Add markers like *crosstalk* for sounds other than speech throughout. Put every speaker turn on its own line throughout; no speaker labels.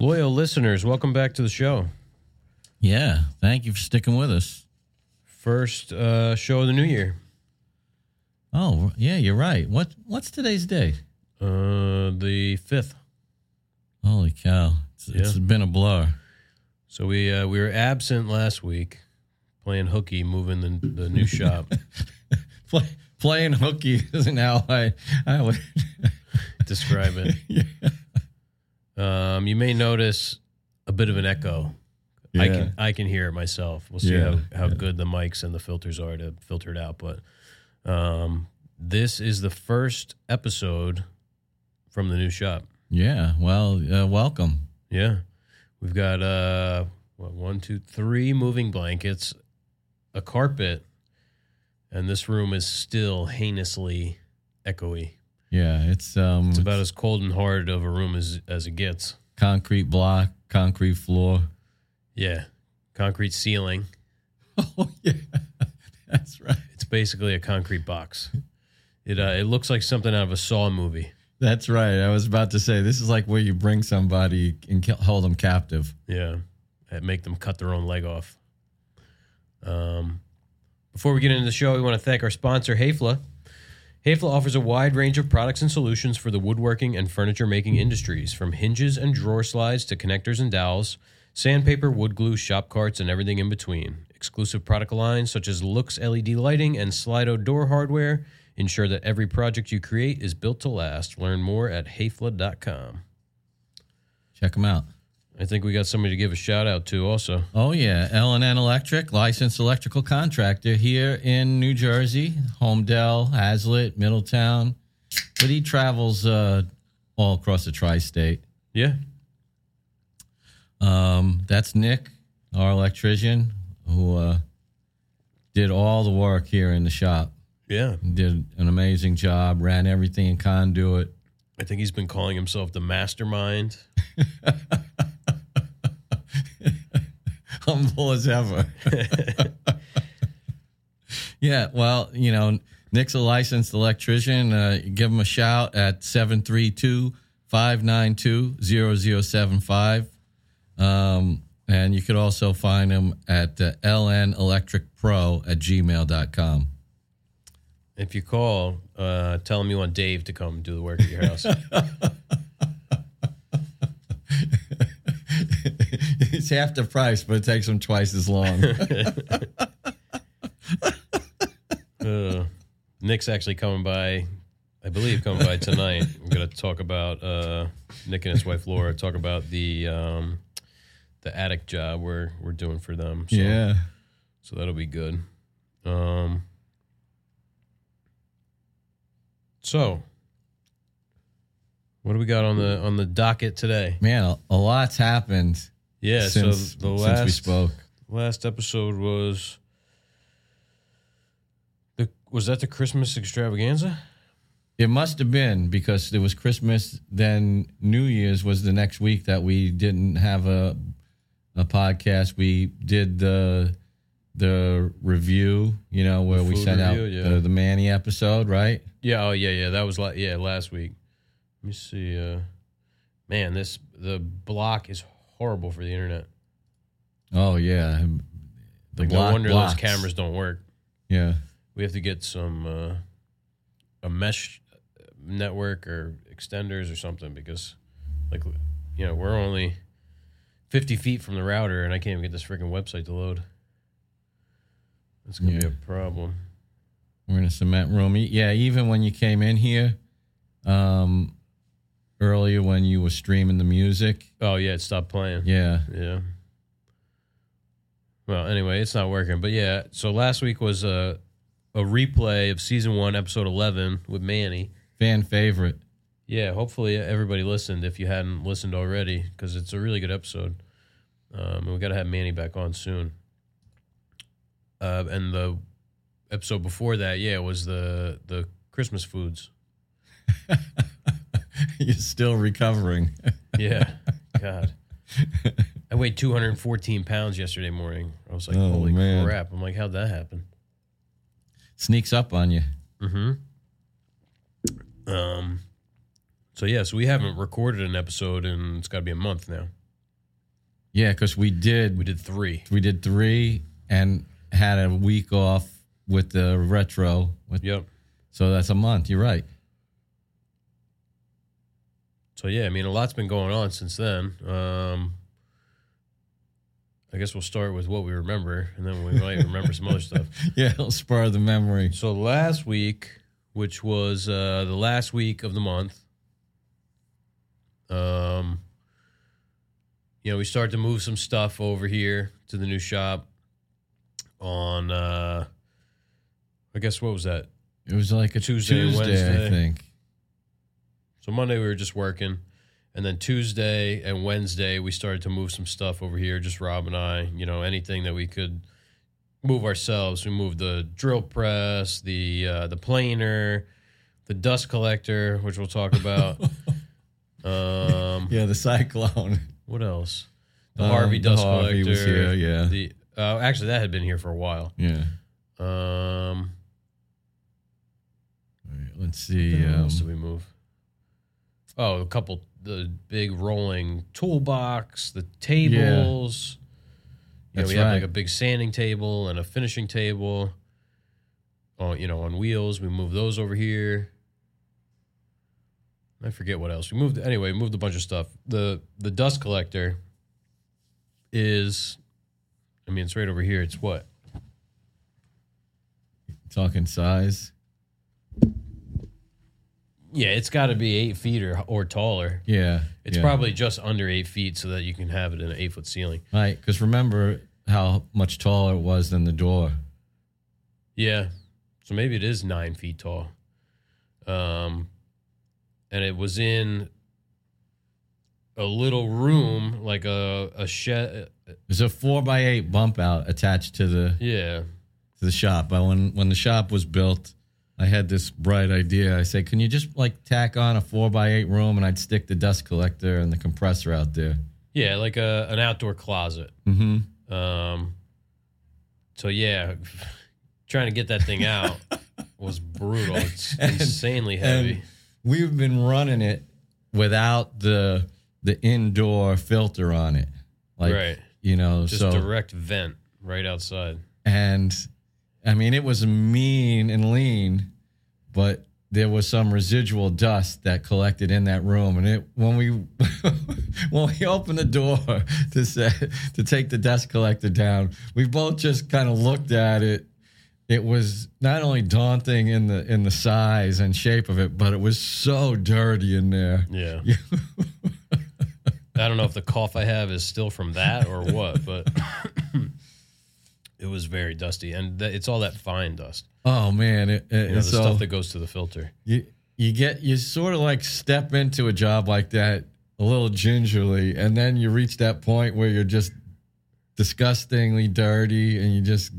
listeners, welcome back to the show.
Yeah, thank you for sticking with us.
First uh, show of the new year.
Oh, yeah, you're right. What what's today's day?
Uh, the fifth.
Holy cow. It's, it's been a blur.
So we uh, we were absent last week, playing hooky, moving the, the new shop.
Play, playing *laughs* hooky isn't how I I would *laughs*
Describe it. Um, you may notice a bit of an echo. I
Yeah.
can I can hear it myself. We'll see
Yeah,
how, how good the mics and the filters are to filter it out. But um, this is the first episode from the new shop.
Yeah, well, uh, welcome.
Yeah, we've got uh what, one, two, three moving blankets, a carpet, and this room is still heinously echoey.
Yeah, it's um
It's about as cold and hard of a room as as it gets.
concrete block, concrete floor. *laughs*
Yeah, concrete ceiling.
Oh yeah. That's right.
It's basically a concrete box. It uh, it looks like something out of a Saw movie.
That's right. I was about to say this is like where you bring somebody and ki- hold them captive.
Yeah, that make them cut their own leg off. Um, before we get into the show, we want to thank our sponsor, Hayfla. Hayfla offers a wide range of products and solutions for the woodworking and furniture making industries, from hinges and drawer slides to connectors and dowels, sandpaper, wood glue, shop carts, and everything in between. Exclusive product lines such as Lux LED lighting and Slido door hardware ensure that every project you create is built to last. Learn more at hayfla.com.
Check them out.
I think we got somebody to give a shout out to also.
Oh yeah, L and N Electric, licensed electrical contractor here in New Jersey, Homedale, Hazlitt, Middletown, but he travels uh, all across the tri-state.
Yeah.
Um, that's Nick, our electrician, who uh, did all the work here in the shop.
Yeah.
Did an amazing job, ran everything in conduit.
I think he's been calling himself the mastermind.
*laughs* humble as ever. *laughs* yeah, well, you know, Nick's a licensed electrician. Uh, give him a shout at 732 592 0075. Um, and you could also find him at uh, lnelectricpro at gmail.com.
If you call, uh, tell him you want Dave to come do the work at your house.
*laughs*
*laughs*
it's half the price, but it takes him twice
*laughs*
as long.
uh, Nick's actually coming by, I believe, coming by tonight. We're going to talk about uh, Nick and his wife Laura talk about the um, the attic job we're we're doing for them. So,
yeah.
so that'll be good. Um, so what do we got on the on the docket today?
Man, a, a lot's happened
Yeah,
since,
so the
since
last
we spoke.
last episode was the was that the Christmas extravaganza?
It must have been because there was Christmas, then New Year's was the next week that we didn't have a a podcast. We did the the review, you know, where we
food
sent
review,
out
yeah.
the, the Manny episode, right?
Yeah, oh yeah, yeah, that was la- yeah last week. Let me see. Uh, man, this the block is horrible for the internet.
Oh yeah, the
Like,
block
no wonder
blocks.
those cameras don't work.
Yeah,
We have to get some uh, a mesh network or extenders or something because, like, you know, we're only fifty feet from the router, and I can't even get this freaking website to load. That's gonna be
Yeah.
a problem.
we're in a cement room. E- Yeah, even when you came in here, um, earlier when you were streaming the music,
Oh yeah, it stopped playing.
yeah,
Yeah. Well, anyway, it's not working. But yeah, so last week was a a replay of season one, episode eleven with Manny.
fan favorite. *laughs*
Yeah, hopefully everybody listened if you hadn't listened already, because it's a really good episode. Um, and we got to have Manny back on soon. Uh, and the episode before that, yeah, was the the Christmas foods.
You're still recovering. *laughs*
Yeah, God, I weighed 214 pounds yesterday morning. I was like,
Oh,
holy
man.
crap! I'm like, how'd that happen?
Sneaks up on you.
Mm-hmm. Um. So yeah, so we haven't recorded an episode in it's got to be a month now.
Yeah, because we did
We did three.
we did three and had a week off with the retro. With,
Yep.
So that's a month. You're right.
So yeah, I mean, a lot's been going on since then. Um, I guess we'll start with what we remember, and then we might remember some other stuff.
*laughs* Yeah, it'll spur the memory.
So last week, which was uh, the last week of the month, um, you know, we start to move some stuff over here to the new shop. On, uh, I guess what was that?
It was like a
Tuesday,
Tuesday,
Wednesday.
I think.
So Monday we were just working, and then Tuesday and Wednesday we started to move some stuff over here, just Rob and I. You know, anything that we could move ourselves. We moved the drill press, the uh, the planer, the dust collector, which we'll talk about.
*laughs*
um,
Yeah, the cyclone.
what else? The
Um,
Harvey
the
dust
Harvey
collector.
was here, yeah.
The uh, actually that had been here for a while.
Yeah.
Um,
All right, let's see.
What
Um,
else did we move? Oh, a couple the big rolling toolbox, the tables. Yeah,
That's
we have like
right.
a big sanding table and a finishing table. Oh, you know, on wheels. We moved those over here. I forget what else. We moved anyway, we moved a bunch of stuff. The the dust collector is I mean it's right over here. It's what?
talking size.
Yeah, it's gotta be eight feet or or taller.
Yeah.
It's
yeah.
probably just under eight feet so that you can have it in an eight foot ceiling.
Right, because remember how much taller it was than the door.
Yeah. So maybe it is nine feet tall. Um, and it was in a little room, like a, a shed.
There's a four by eight bump out attached to the
Yeah.
to the shop. I when when the shop was built, I had this bright idea. I said, "Can you just like tack on a four by eight room?" And I'd stick the dust collector and the compressor out there.
Yeah. Like a, an outdoor closet.
Mm-hmm.
Um, so yeah, *laughs* trying to get that thing out was brutal.
*laughs*
It's insanely heavy.
And we've been running it without the the indoor filter on it, like
Right.
you know.
Just
so
direct vent right outside.
and I mean, it was mean and lean, but there was some residual dust that collected in that room. And it when we *laughs* when we opened the door to say, to take the dust collector down, we both just kind of looked at it. It was not only daunting in the in the size and shape of it, but it was so dirty in there.
Yeah. *laughs* I don't know if the cough I have is still from that or what, but *coughs* it was very dusty, and that, it's all that fine dust,
Oh man! It, it,
you know, the
so,
stuff that goes to the filter.
you you get you sort of like step into a job like that a little gingerly and then you reach that point where you're just disgustingly dirty and you just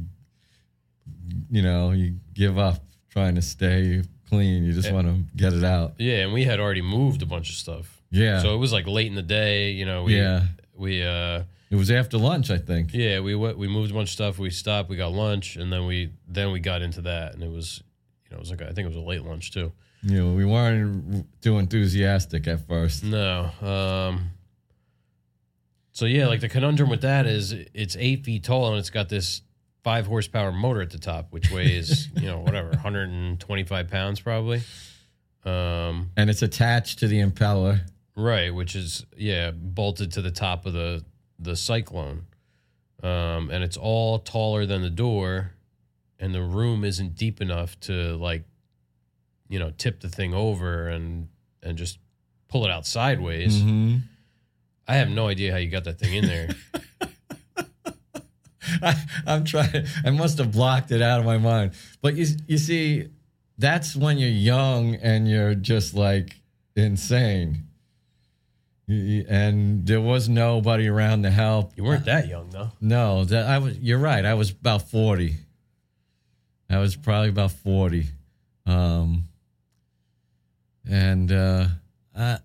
you know you give up trying to stay clean you just want to get it out
Yeah, and we had already moved a bunch of stuff,
yeah
so it was like late in the day. You know, we
yeah
we uh
it was after lunch i think
yeah we went, we moved a bunch of stuff. We stopped, we got lunch, and then we then we got into that, and it was you know it was like I think it was a late lunch too.
you know we weren't too enthusiastic at first
No. Um, so yeah, like the conundrum with that is it's eight feet tall and it's got this five horsepower motor at the top, which weighs you know whatever 125 pounds probably. Um,
and it's attached to the impeller
right, which is yeah bolted to the top of the the cyclone, um, and it's all taller than the door, and the room isn't deep enough to like, you know, tip the thing over and and just pull it out sideways.
Mhm.
I have no idea how you got that thing in there.
*laughs* I, I'm trying. I must have blocked it out of my mind. But you, you see, that's when you're young and you're just like insane. You- you- And there was nobody around to help.
*laughs* you weren't that young though.
No, that I was. You're right. I was about forty. I was probably about forty, um, and uh, I,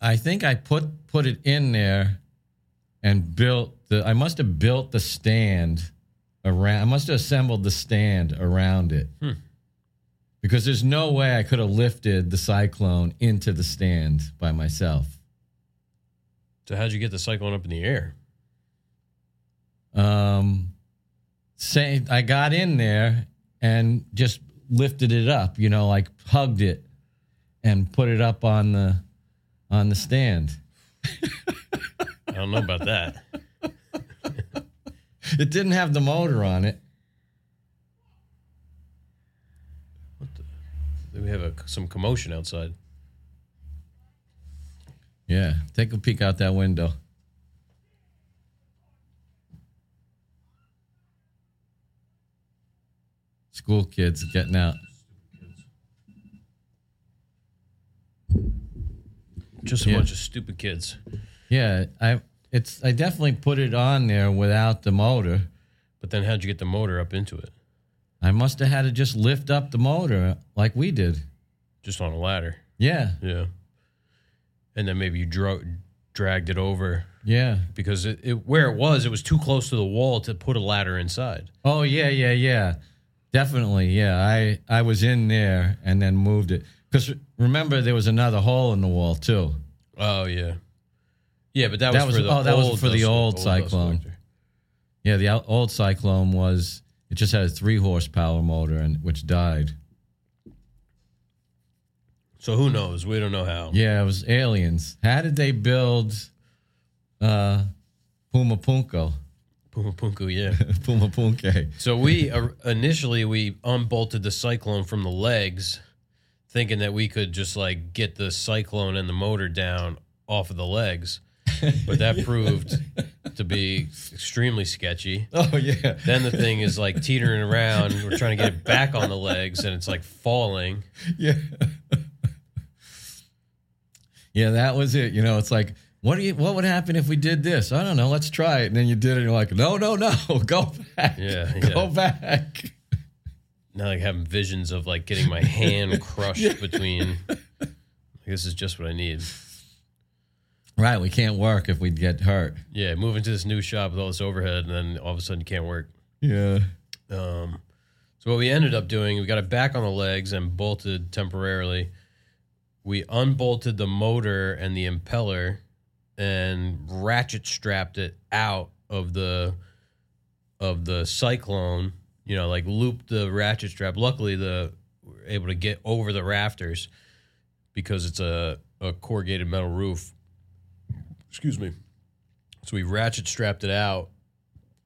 I think I put put it in there, and built the. I must have built the stand around. I must have assembled the stand around it,
Hmm.
because there's no way I could have lifted the cyclone into the stand by myself.
So how'd you get the cyclone up in the air?
um, say I got in there and just lifted it up, you know, like hugged it and put it up on the on the stand.
I don't know about *laughs* that.
It didn't have the motor on it.
We have a, some commotion outside.
Yeah, take a peek out that window. School kids getting out.
Just a
Yeah.
bunch of stupid kids.
Yeah, I it's I definitely put it on there without the motor.
But then how'd you get the motor up into it?
I must have had to just lift up the motor like we did.
Just on a ladder.
Yeah,
Yeah. And then maybe you dro- dragged it over
yeah.
because it, it where it was, it was too close to the wall to put a ladder inside.
Oh yeah, yeah, yeah. Definitely, yeah. I I was in there and then moved it because remember there was another hole in the wall too.
Oh yeah, yeah, but that,
That
was, for
was-
the
oh, that was
old
for the
dust-
old
dust
Cyclone.
collector.
Yeah, the out- old Cyclone was it just had a three horsepower motor and which died.
So who knows? We don't know how.
Yeah, it was aliens. How did they build uh, Puma *laughs* Punko?
Puma Punku, yeah.
Puma Punke.
so we uh, initially we unbolted the Cyclone from the legs, thinking that we could just like get the Cyclone and the motor down off of the legs, but that proved to be extremely sketchy.
Oh yeah.
Then the thing is like teetering around. We're trying to get it back on the legs, and it's like falling.
yeah. *laughs* yeah, that was it. You know, it's like, what do you what would happen if we did this? I don't know, let's try it. And then you did it and you're like, no, no, no, *laughs* go back. *laughs*
Yeah,
Go
yeah.
back.
now like having visions of like getting my hand crushed between like, this is just what I need.
Right, we can't work if we get hurt.
Yeah, move into this new shop with all this overhead and then all of a sudden you can't work.
Yeah.
Um so what we ended up doing, we got it back on the legs and bolted temporarily. We unbolted the motor and the impeller and ratchet strapped it out of the of the cyclone, you know, like looped the ratchet strap. Luckily the we were able to get over the rafters because it's a, a corrugated metal roof. Excuse me. So we ratchet strapped it out,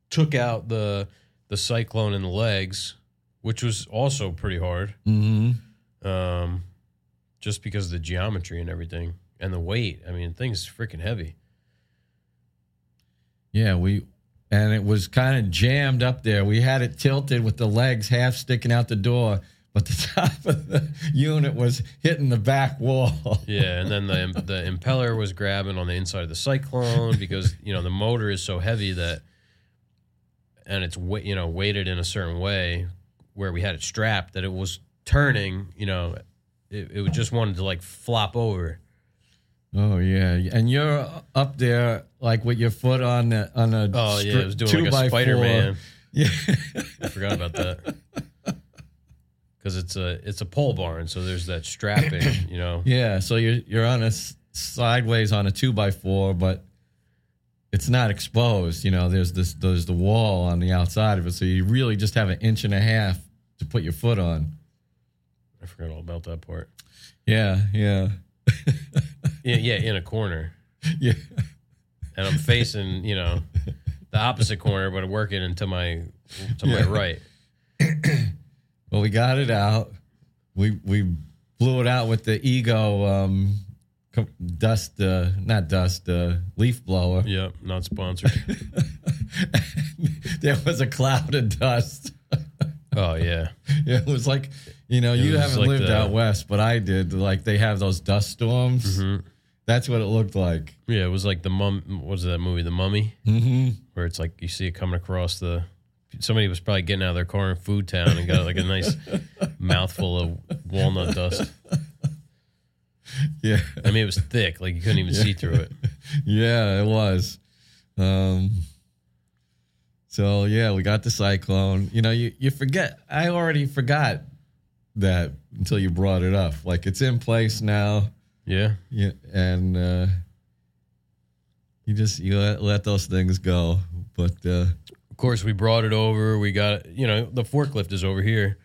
took out the the cyclone in the legs, which was also pretty hard,
Mm-hmm.
um, just because of the geometry and everything and the weight. I mean, the thing's freaking heavy.
Yeah, we and it was kind of jammed up there. We had it tilted with the legs half sticking out the door, but the *laughs* top of the unit was hitting the back wall.
Yeah, and then the the impeller was grabbing on the inside of the cyclone because you know the motor is so heavy that, and it's wa- you know weighted in a certain way where we had it strapped that it was turning. You know, it, it just wanted to like flop over.
Oh yeah, and you're up there like with your foot on the on a
Oh yeah,
stri-
it was doing
two
like a
by four. *laughs*
Spider Man.
Yeah,
I forgot about that. *laughs* Because it's a it's a pole barn, so there's that strapping, you know. *coughs*
yeah. So you're you're on a s- sideways on a two by four, but it's not exposed. You know, there's this there's the wall on the outside of it, so you really just have an inch and a half to put your foot on.
I forgot all about that part.
Yeah, yeah, *laughs*
Yeah, yeah, in a corner,
yeah,
and I'm facing, you know, the opposite corner, but working into my to my
Yeah.
right.
Well, we got it out. We we blew it out with the ego um, com- dust, uh, not dust, uh, leaf blower.
Yep, not sponsored.
*laughs* there was a cloud of dust.
Oh yeah,
It was like, you know, you
was
haven't
like
lived
the-
out west, but I did. Like they have those dust
Mm-hmm.
storms. That's what it looked like.
yeah. It was like the mum. What was that movie, The Mummy,
Mm-hmm.
where it's like you see it coming across the. Somebody was probably getting out of their car in Food Town and got like a nice *laughs* mouthful of walnut dust.
*laughs* Yeah,
I mean, it was thick, like you couldn't even see through it.
yeah, it was. Um, so yeah, we got the cyclone. You know, you you forget. I already forgot that until you brought it up. Like it's in place now.
Yeah.
Yeah, and uh, you just you let, let those things go. But uh,
Of course, we brought it over. We got you know the forklift is over here.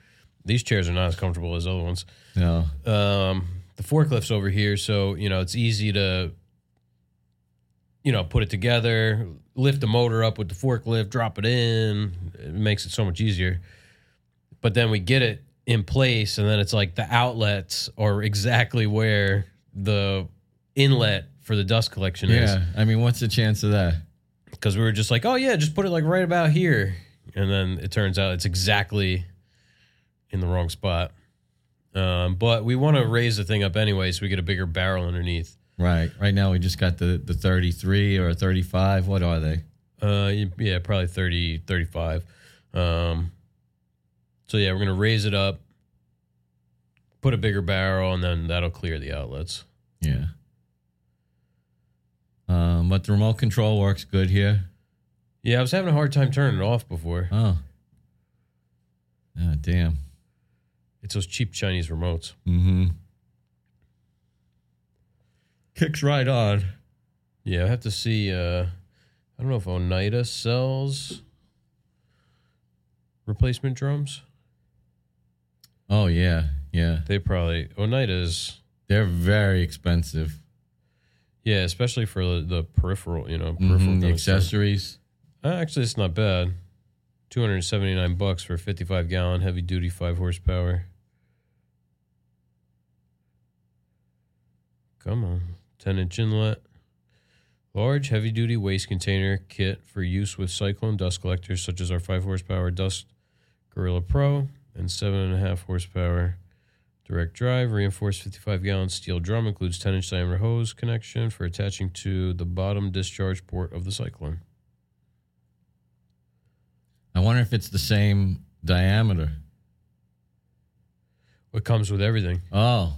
These chairs are not as comfortable as other ones.
No.
Um, the forklift's over here, so you know it's easy to you know put it together, lift the motor up with the forklift, drop it in. It makes it so much easier. But then we get it in place, and then it's like the outlets are exactly where the inlet for the dust collection is
Yeah. I mean, what's the chance of that?
because we were just like, oh yeah, just put it like right about here, and then it turns out it's exactly in the wrong spot. Um, but we want to raise the thing up anyway, so we get a bigger barrel underneath.
Right. Right now, we just got the the 33 or 35. What are they?
Uh, y- yeah, probably 30, 35. Um, so yeah, we're gonna raise it up, put a bigger barrel, and then that'll clear the outlets.
Yeah. Um, but the remote control works good here.
Yeah, I was having a hard time turning it off before.
Oh. Ah, damn.
It's those cheap Chinese remotes.
Mm-hmm. Kicks right on.
Yeah, I have to see. Uh, I don't know if Oneida sells replacement drums.
Oh yeah, yeah.
They probably Oneida's.
They're very expensive.
Yeah, especially for the, the peripheral. You know, peripheral
Mhm, The
kind of stuff.
accessories.
Uh, Actually, it's not bad. Two hundred seventy nine bucks for a fifty five gallon heavy duty five horsepower. Come on, ten inch inlet, large heavy duty waste container kit for use with cyclone dust collectors such as our five horsepower Dust Gorilla Pro and seven and a half horsepower direct drive reinforced 55 gallon steel drum includes 10 inch diameter hose connection for attaching to the bottom discharge port of the cyclone
I wonder if it's the same diameter.
It comes with everything.
Oh.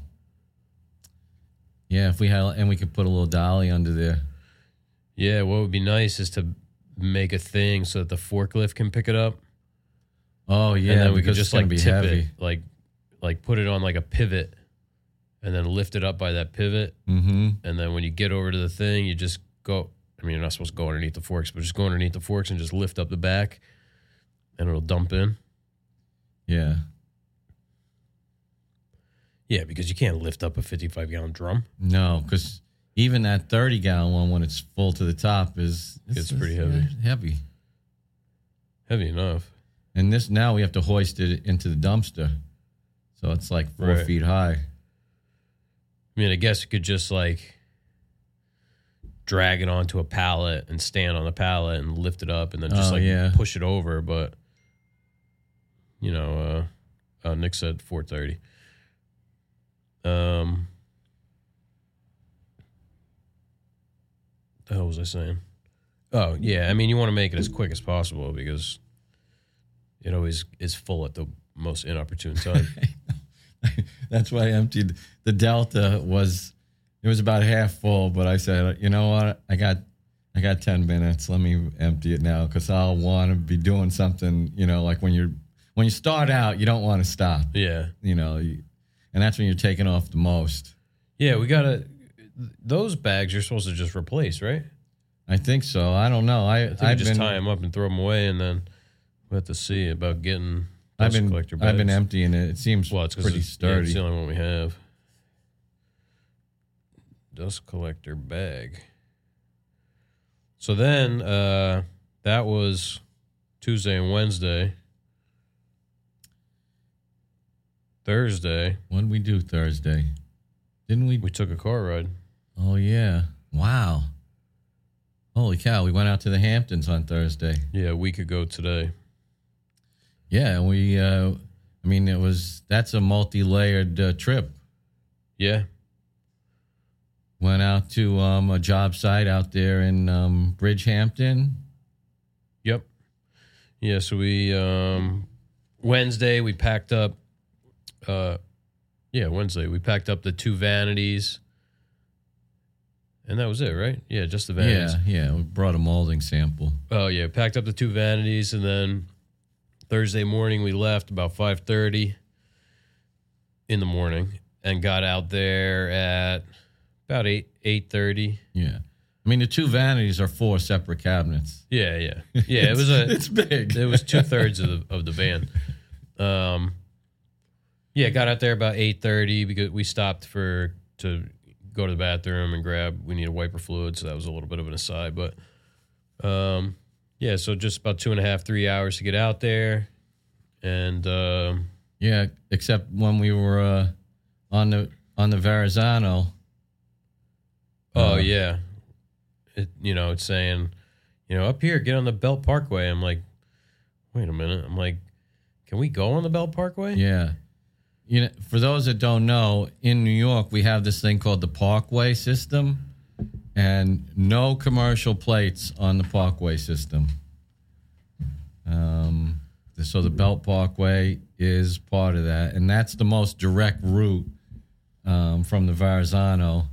Yeah, if we had and we could put a little dolly under there.
Yeah, what would be nice is to make a thing so that the forklift can pick it up.
Oh yeah,
and then we
because
could
it's
just
gonna
like tip it, like like put it on like a pivot, and then lift it up by that pivot.
Mm-hmm.
And then when you get over to the thing, you just go. I mean, you're not supposed to go underneath the forks, but just go underneath the forks and just lift up the back, and it'll dump in.
Yeah.
Yeah, because you can't lift up a 55 gallon drum.
No, because even that thirty gallon one when it's full to the top is
It's pretty heavy.
Heavy.
Heavy enough.
And this now we have to hoist it into the dumpster. So it's like four
Right.
feet high.
I mean, I guess you could just like drag it onto a pallet and stand on the pallet and lift it up and then just
Oh,
like
yeah.
push it over. But you know, uh, uh, Nick said four thirty. Um, the hell was I saying? Oh yeah, I mean, you want to make it as quick as possible because it always is full at the most inopportune
*laughs*
time.
That's why I emptied the Delta was it was about half full, but I said, you know what, I got I got ten minutes. Let me empty it now because I'll want to be doing something. You know, like when you're when you start out, you don't want to stop.
yeah.
You know, you, and that's when you're taking off the most.
Yeah, we gotta. Those bags you're supposed to just replace, right?
I think so. I don't know. I,
I think you
I've
just
been
tie them up and throw them away, and then we have to see about getting.
I've
dust
been
collector
I've been
bags.
emptying it. It seems
Well, it's 'cause
pretty
it's- yeah,
sturdy.
it's the only one we have. Dust collector bag. So then, uh, that was Tuesday and Wednesday. Thursday,
What did we do Thursday? Didn't we?
we took a car ride.
Oh yeah! Wow! Holy cow! We went out to the Hamptons on Thursday.
Yeah, a week ago today.
Yeah, and we. Uh, I mean, it was that's a multi-layered uh, trip.
Yeah,
Went out to um, a job site out there in um, Bridgehampton.
Yep. Yeah, so we um Wednesday we packed up uh yeah, Wednesday we packed up the two vanities. And that was it, right? Yeah, just the vanities.
Yeah, yeah. We brought a molding sample.
Oh yeah, packed up the two vanities and then Thursday morning we left about 5:30 in the morning and got out there at about 8 8:30.
Yeah, I mean, the two vanities are four separate cabinets.
Yeah,
*laughs*
yeah, yeah. It was a.
It's big.
It was two thirds of the of the van. Um, yeah, got out there about eight thirty because we stopped for to go to the bathroom and grab. We needed wiper fluid, so that was a little bit of an aside. But um, yeah, so just about two and a half, three hours to get out there, and um,
Yeah, except when we were uh, on the on the Verrazano.
oh
Uh,
yeah, it, you know it's saying, you know, up here, get on the Belt Parkway. I'm like, wait a minute. I'm like, can we go on the Belt Parkway?
Yeah. You know, for those that don't know, in New York we have this thing called the Parkway system and no commercial plates on the Parkway system. Um so the Belt Parkway is part of that and that's the most direct route um, from the Verrazano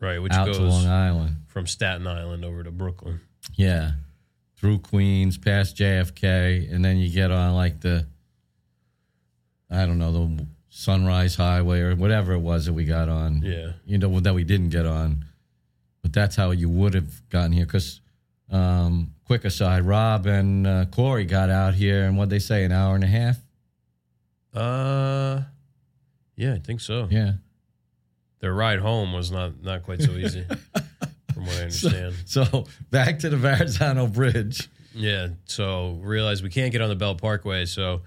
Right, which
out
goes
to Long Island.
from Staten Island over to Brooklyn.
Yeah. Through Queens, past JFK, and then you get on like the, I don't know, the Sunrise Highway or whatever it was that we got on,
Yeah.
you know, that we didn't get on. But that's how you would have gotten here. Because, um, quick aside, Rob and uh, Corey got out here, and what'd they say, an hour and a half?
Uh yeah, I think so.
Yeah. *laughs*
Their ride home was not not quite so
*laughs*
easy from what I understand.
So back to the Verrazano Bridge.
yeah. So realized we can't get on the Bell Parkway, so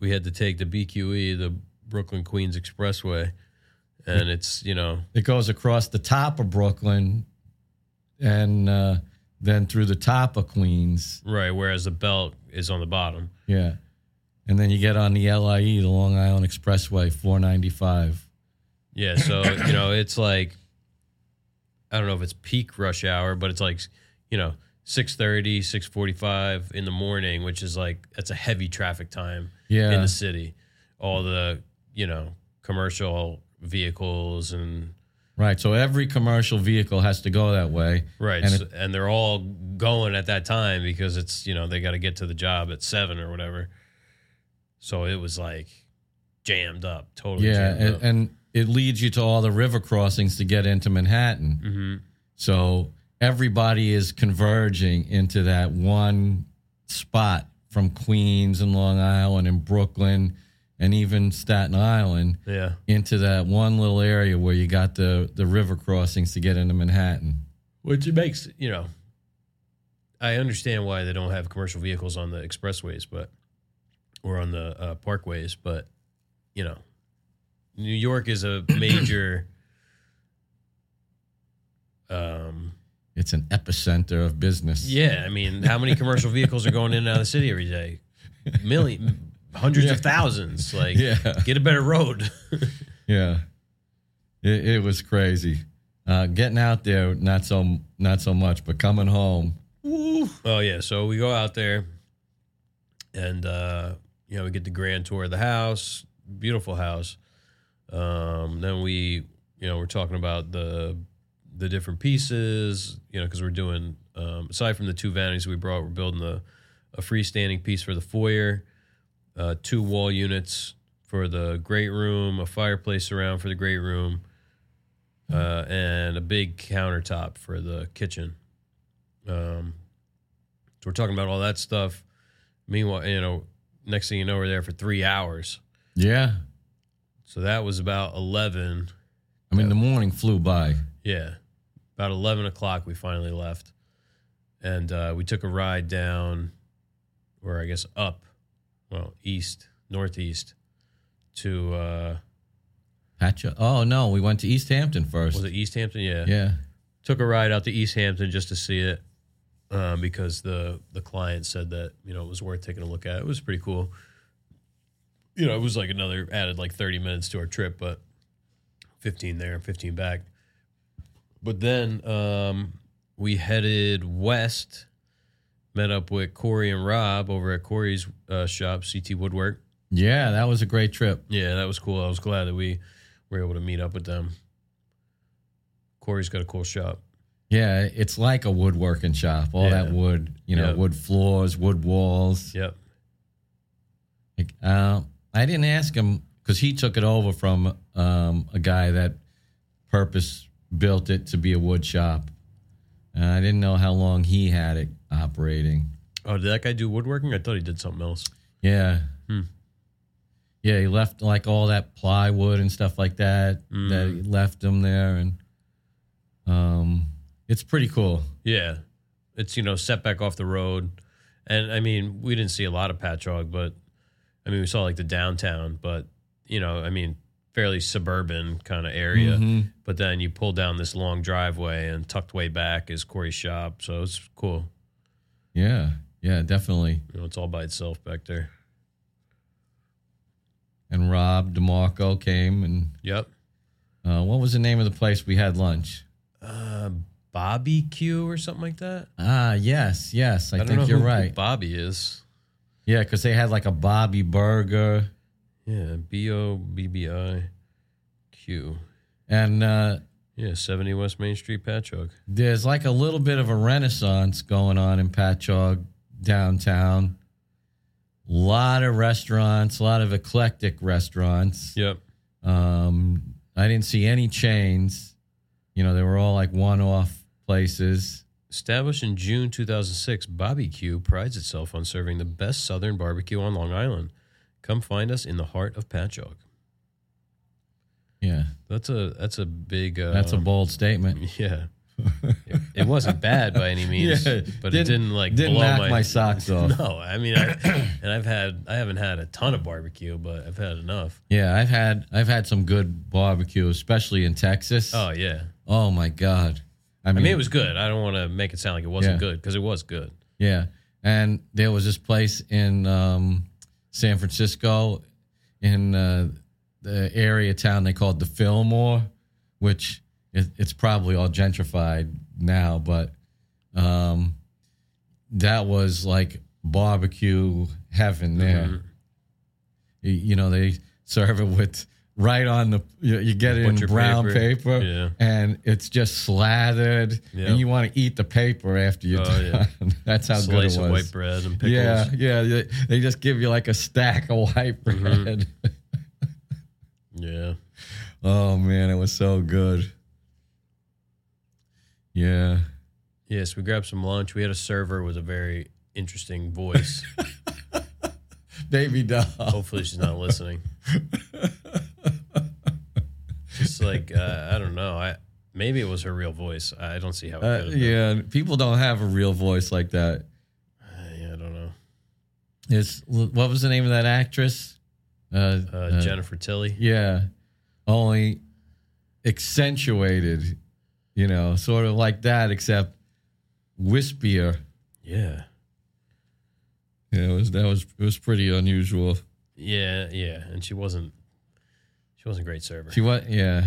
we had to take the BQE, the Brooklyn Queens Expressway.
*laughs*
And it's, you know,
It goes across the top of Brooklyn and uh, then through the top of Queens.
right, whereas the belt is on the bottom.
Yeah. And then you get on the LIE, the Long Island Expressway, 495.
Yeah, so you know, it's like I don't know if it's peak rush hour, but it's like you know 6.30 6.45 in the morning which is like that's a heavy traffic time in
Yeah.
the city all the you know commercial vehicles and
Right. So every commercial vehicle has to go that way.
right
And
and, and they're all going at that time because it's you know they got to get to the job at seven or whatever so it was like jammed up totally
Yeah.
jammed
And, and it leads you to all the river crossings to get into Manhattan.
hmm
So everybody is converging into that one spot from Queens and Long Island and Brooklyn and even Staten Island
yeah
into that one little area where you got the, the river crossings to get into Manhattan.
Which it makes you know, I understand why they don't have commercial vehicles on the expressways, but or on the uh, parkways, but you know, New York is
*clears throat*
a major. um.
It's an epicenter of business.
Yeah, I mean, how many commercial vehicles are going in and out of the city every day? Million, hundreds of
Yeah.
thousands. Like,
Yeah.
get a better road.
Yeah, it, it was crazy. Uh, getting out there, not so not so much, but coming home.
Oh yeah, so we go out there, and uh, you know we get the grand tour of the house, beautiful house. Um, then we, you know, we're talking about the the different pieces, you know, because we're doing um, aside from the two vanities we brought, we're building the a freestanding piece for the foyer, uh, two wall units for the great room, a fireplace around for the great room, uh, and a big countertop for the kitchen. Um, so we're talking about all that stuff. Meanwhile, you know, next thing you know, we're there for three hours.
Yeah,
So that was about eleven.
I mean the morning flew by.
Yeah, about eleven o'clock, we finally left, and uh, we took a ride down, or I guess up, well, east, northeast, to uh,
Hatcha. Oh no, we went to East Hampton first.
was it East Hampton? Yeah.
Yeah,
took a ride out to East Hampton just to see it um, because the the client said that you know it was worth taking a look at. It was pretty cool. You know, it was like another added like thirty minutes to our trip, but fifteen there, fifteen back. But then um, we headed west, met up with Corey and Rob over at Corey's uh, shop, CT Woodwork.
yeah, that was a great trip.
Yeah, that was cool. I was glad that we were able to meet up with them. Corey's got a cool shop.
Yeah, it's like a woodworking shop. All
Yeah.
that wood, you know,
Yeah.
wood floors, wood walls.
Yep.
Like, uh, I didn't ask him because he took it over from um, a guy that purpose built it to be a wood shop. And I didn't know how long he had it operating.
Oh, did that guy do woodworking? I thought he did something else.
Yeah. Yeah, he left like all that plywood and stuff like that. That he left him there, and um, it's pretty cool.
Yeah. It's, you know, setback off the road. And I mean, we didn't see a lot of Patchogue, but I mean, we saw like the downtown, but, you know, I mean, fairly suburban kind of area.
Mm-hmm.
But then you pull down this long driveway and tucked way back is Corey's shop. So it's cool.
Yeah, yeah, definitely.
You know, it's all by itself back there.
And Rob DeMarco came, and
Yep.
uh, what was the name of the place we had lunch?
Uh, Bobby Q or something like that.
Ah, yes, yes, I,
I, don't know
think you're
who- who
right.
Bobby is.
Yeah, because they had like a Bobby Burger,
Yeah. B O B B I Q.
and uh,
Yeah. 70 West Main Street, Patchogue.
there's like a little bit of a renaissance going on in Patchogue downtown. Lot of restaurants, a lot of eclectic restaurants.
Yep.
Um, I didn't see any chains. You know, they were all like one-off places.
Established in June 2006, Bobby Q prides itself on serving the best southern barbecue on Long Island. Come find us in the heart of Patchogue.
Yeah,
That's a that's a big uh,
that's a bold
*laughs*
statement.
yeah. it, it wasn't bad by any means,
Yeah,
but it
didn't-
didn't like
didn't
blow
knock
my,
my socks off.
*laughs* No, I mean, I, *coughs* and I've had I haven't had a ton of barbecue, but I've had enough.
Yeah, I've had I've had some good barbecue, especially in Texas.
Oh yeah,
Oh my God! I
I
mean,
mean it was good. I don't want to make it sound like it wasn't
Yeah.
good because it was good.
yeah. And there was this place in um, San Francisco, in uh, the area town they called the Fillmore, which it, it's probably all gentrified now, but um, that was like barbecue heaven there.
Mm-hmm.
You, you know, they serve it with right on the you, you get it
Butcher
in brown
paper.
paper,
Yeah.
and it's just slathered,
Yep.
and you want to eat the paper after you're
Oh, yeah.
done. *laughs* That's how good
Slice
it
of white
was.
bread and pickles.
Yeah, yeah. They, they just give you like a stack of white bread.
Mm-hmm.
*laughs*
yeah.
Oh man, it was so good. Yeah.
Yes, we grabbed some lunch. We had a server with a very interesting
*laughs*
voice. *laughs*
Baby doll.
Hopefully, she's not listening. Just like uh, I don't know. I maybe it was her real voice. I don't see how it
*laughs* Uh,
could have been.
yeah, people don't have a real voice like that.
Uh, yeah, I don't know.
It's what was the name of that actress? Uh,
Uh, Jennifer Tilly.
yeah, only accentuated, you know, sort of like that, except wispier.
Yeah.
Yeah, it was that was it was pretty unusual.
Yeah, yeah, and she wasn't. She wasn't a great server.
She was yeah,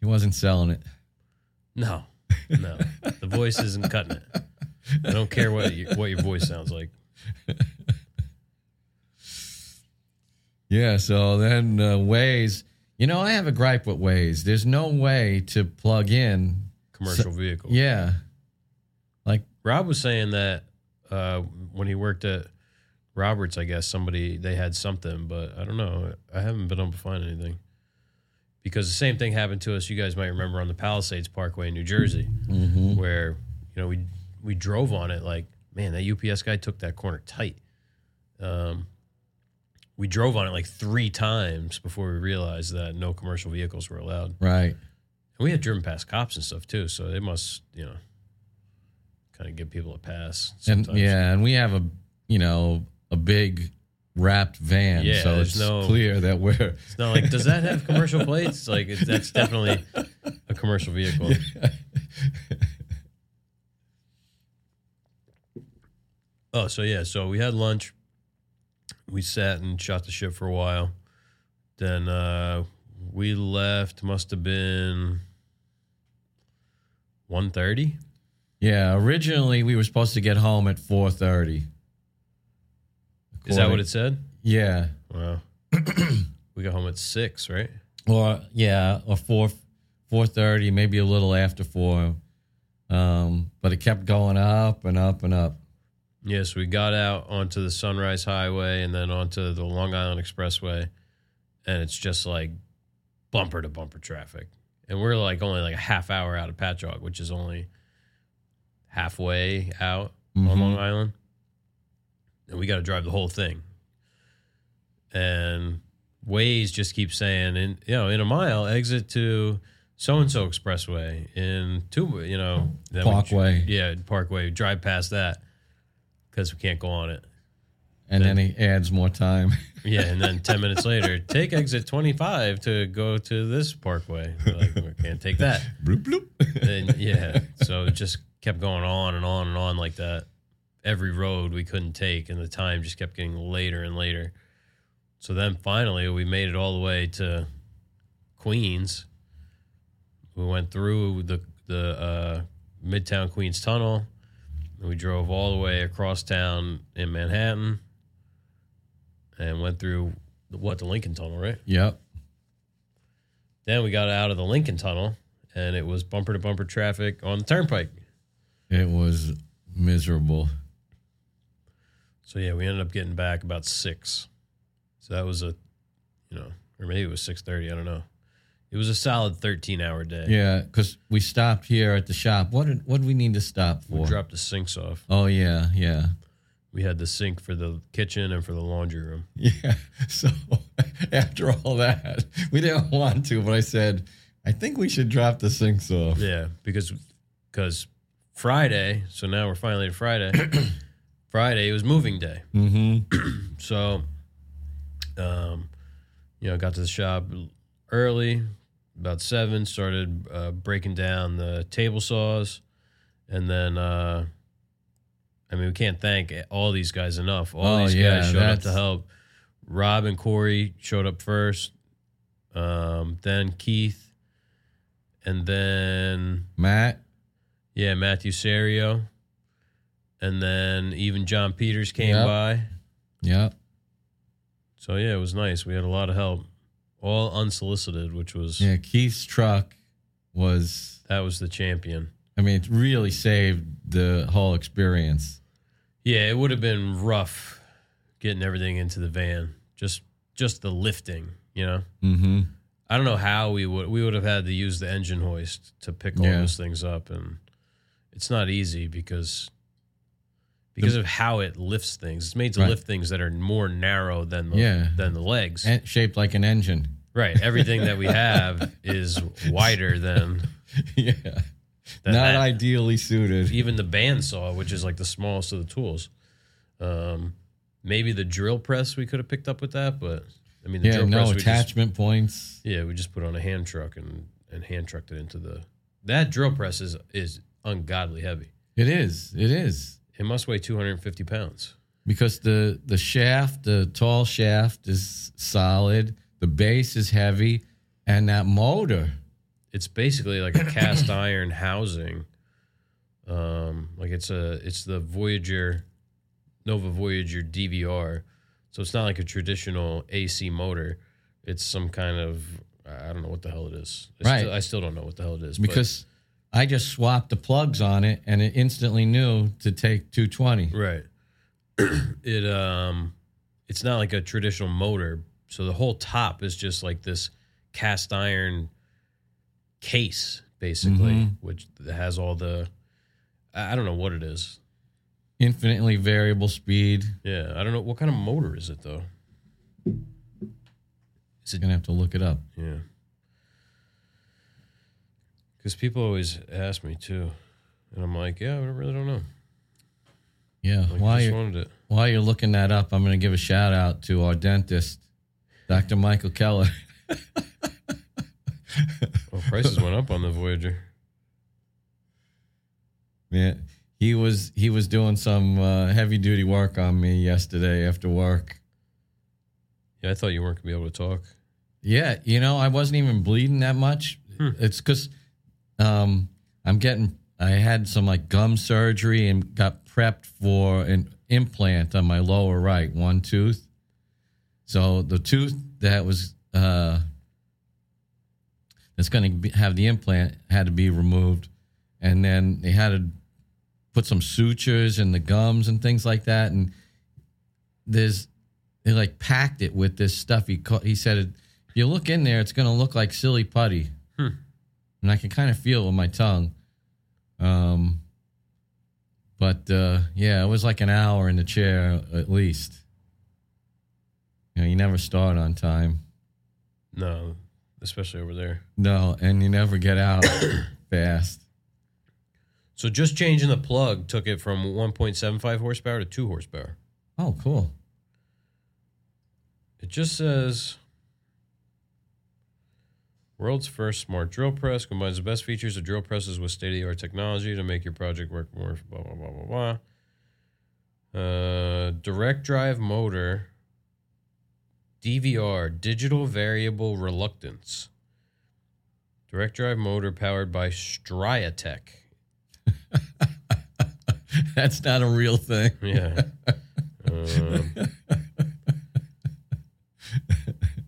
she wasn't selling it.
no, no, the voice isn't cutting it. I don't care what you, what your voice sounds like.
Yeah, so then uh, Waze, you know, I have a gripe with Waze. There's no way to plug in.
Commercial vehicle.
Yeah, like
Rob was saying that uh, when he worked at Roberts, I guess somebody they had something, but I don't know. I haven't been able to find anything because the same thing happened to us. You guys might remember on the Palisades Parkway in New Jersey, where you know we we drove on it. Like man, that UPS guy took that corner tight. Um, we drove on it like three times before we realized that no commercial vehicles were allowed.
right.
And we had driven past cops and stuff too, so they must, you know, kind of give people a pass.
And
Sometimes.
yeah, and we have a you know a big wrapped van,
Yeah,
so
there's
it's
no-
clear that we're
it's not like does that have commercial plates? Like it, that's definitely a commercial vehicle.
*laughs*
oh, so yeah, so we had lunch. We sat and shot the shit for a while. Then uh, we left. Must have been one thirty.
yeah. Originally, we were supposed to get home at four thirty.
Is that what it said?
Yeah,
Wow. *coughs* we got home at six, right?
or yeah, or four four thirty, maybe a little after four. Um, but it kept going up and up and up.
Yes, we got out onto the Sunrise Highway and then onto the Long Island Expressway, and it's just like bumper to bumper traffic. And we're like only like a half hour out of Patchogue, which is only halfway out on
Mm-hmm.
Long Island, and we got to drive the whole thing. And Waze just keeps saying, in you know, in a mile, exit to so and so expressway in two, you know, then we-
Parkway.
yeah, Parkway. Drive past that because we can't go on it.
and then he adds more time.
Yeah, and then ten minutes later, take exit twenty five to go to this Parkway. We're Like we can't take that.
*laughs* bloop bloop.
And yeah, so it just kept going on and on and on like that. Every road we couldn't take, and the time just kept getting later and later. So then finally, we made it all the way to Queens. We went through the the uh, Midtown Queens Tunnel, and we drove all the way across town in Manhattan, and went through the, what the Lincoln Tunnel, right?
*laughs* yep.
Then we got out of the Lincoln Tunnel, and it was bumper to bumper traffic on the turnpike.
It was miserable.
So yeah, we ended up getting back about six. So that was a, you know, or maybe it was six thirty. I don't know. It was a solid thirteen hour day.
Yeah, because we stopped here at the shop. What did what did we need to stop
We
for?
dropped the sinks off.
oh yeah, yeah, *laughs*
We had the sink for the kitchen and for the laundry room.
yeah. So *laughs* after all that, we didn't want to, but I said, I think we should drop the sinks off.
Yeah, because because Friday. So now we're finally to Friday. Friday it was moving day.
Mm-hmm.
So, um, you know, got to the shop early, about seven. Started uh, breaking down the table saws, and then, uh, I mean, we can't thank all these guys enough. All
Oh,
these
yeah,
guys showed up to
that's-
help. Rob and Corey showed up first, um, then Keith, and then
Matt.
yeah, Matthew Serio, and then even John Peters came
Yep.
by.
Yep.
So yeah, it was nice. We had a lot of help, all unsolicited, which was
Yeah. Keith's truck was.
that was the champion.
I mean, it really saved the whole experience.
Yeah, it would have been rough getting everything into the van. Just just the lifting, you know.
Mm-hmm.
I don't know how we would we would have had to use the engine hoist to pick all
Yeah.
those things up, and it's not easy because because of how it lifts things. It's made to
Right.
lift things that are more narrow than the
Yeah.
than the legs.
And shaped like an engine. *laughs*
right. Everything that we have is wider than
yeah.
than
*laughs* Not
that.
ideally suited.
even the bandsaw, which is like the smallest of the tools. Um, maybe the drill press we could have picked up with that, but I mean, the
Yeah.
drill
No
press We just,
attachment points.
yeah, we just put on a hand truck and and hand trucked it into the. That drill press is is ungodly heavy.
It is. It is
It must weigh 250 pounds.
because the the shaft, the tall shaft, is solid. The base is heavy, and that motor.
It's basically like a cast iron housing. Um, like it's a it's the Voyager, Nova Voyager DVR. So it's not like a traditional AC motor. It's some kind of I don't know what the hell it is. I
Right.
Still, I still don't know what the hell it is. but-
Because I just swapped the plugs on it, and it instantly knew to take 220.
right, *clears throat* it um, it's not like a traditional motor. So the whole top is just like this cast iron case, basically,
Mhm.
which has all the. I I don't know what it is.
Infinitely variable speed.
Yeah, I don't know what kind of motor is it though.
Gonna have to look it up.
Yeah. Because people always ask me too, and I'm like, yeah, I really don't know.
Yeah.
Like,
Why?
just
you
wanted it.
While you're looking that up, I'm going to give a shout out to our dentist, Dr. Michael Keller. *laughs*
Well,
*laughs*
prices went up on the Voyager.
Yeah, he was he was doing some uh, heavy duty work on me yesterday after work.
Yeah, I thought you weren't gonna be able to talk.
Yeah, you know, I wasn't even bleeding that much.
Hmm.
It's because um, I'm getting I had some like gum surgery and got prepped for an implant on my lower right one tooth. So the tooth that was uh, that's going to have the implant had to be removed, and then they had to put some sutures in the gums and things like that. And there's they like packed it with this stuff. He ca- he said, if you look in there, it's going to look like silly putty,
Hmm.
and I can kind of feel it with my tongue. Um, But uh, yeah, it was like an hour in the chair at least. You know, you never start on time.
No, especially over there.
No, and you never get out *coughs* fast.
So just changing the plug took it from 1.75 horsepower to 2 horsepower.
Oh, cool. *laughs*
It just says world's first smart drill press combines the best features of drill presses with state of the art technology to make your project work more blah blah blah blah blah. Uh, direct drive motor DVR digital variable reluctance. Direct drive motor powered by Striatech.
That's not a real thing.
*laughs* Yeah.
*laughs*
um,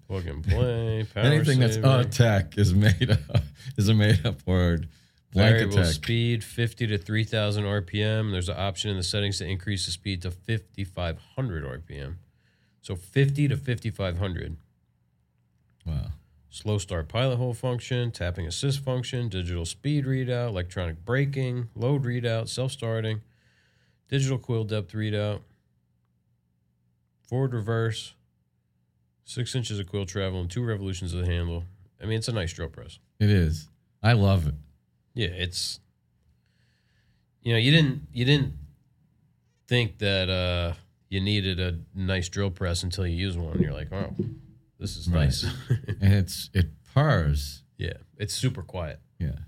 plug and play. Power
*laughs* Anything that's
saving.
uh, tech is made up is a made up word. Blanket
Variable
tech.
speed 50 to 3000 RPM. There's an option in the settings to increase the speed to 5500 RPM. So 50 to 5500.
Wow.
Slow start pilot hole function, tapping assist function, digital speed readout, electronic braking, load readout, self starting, digital coil depth readout, forward reverse, six inches of coil travel, and two revolutions of the handle. I mean, it's a nice drill press.
It is. I love it.
Yeah, it's you know, you didn't you didn't think that uh you needed a nice drill press until you use one and you're like, "Oh, this is
Right.
nice." *laughs*
And it's it purrs.
yeah, it's super quiet.
Yeah.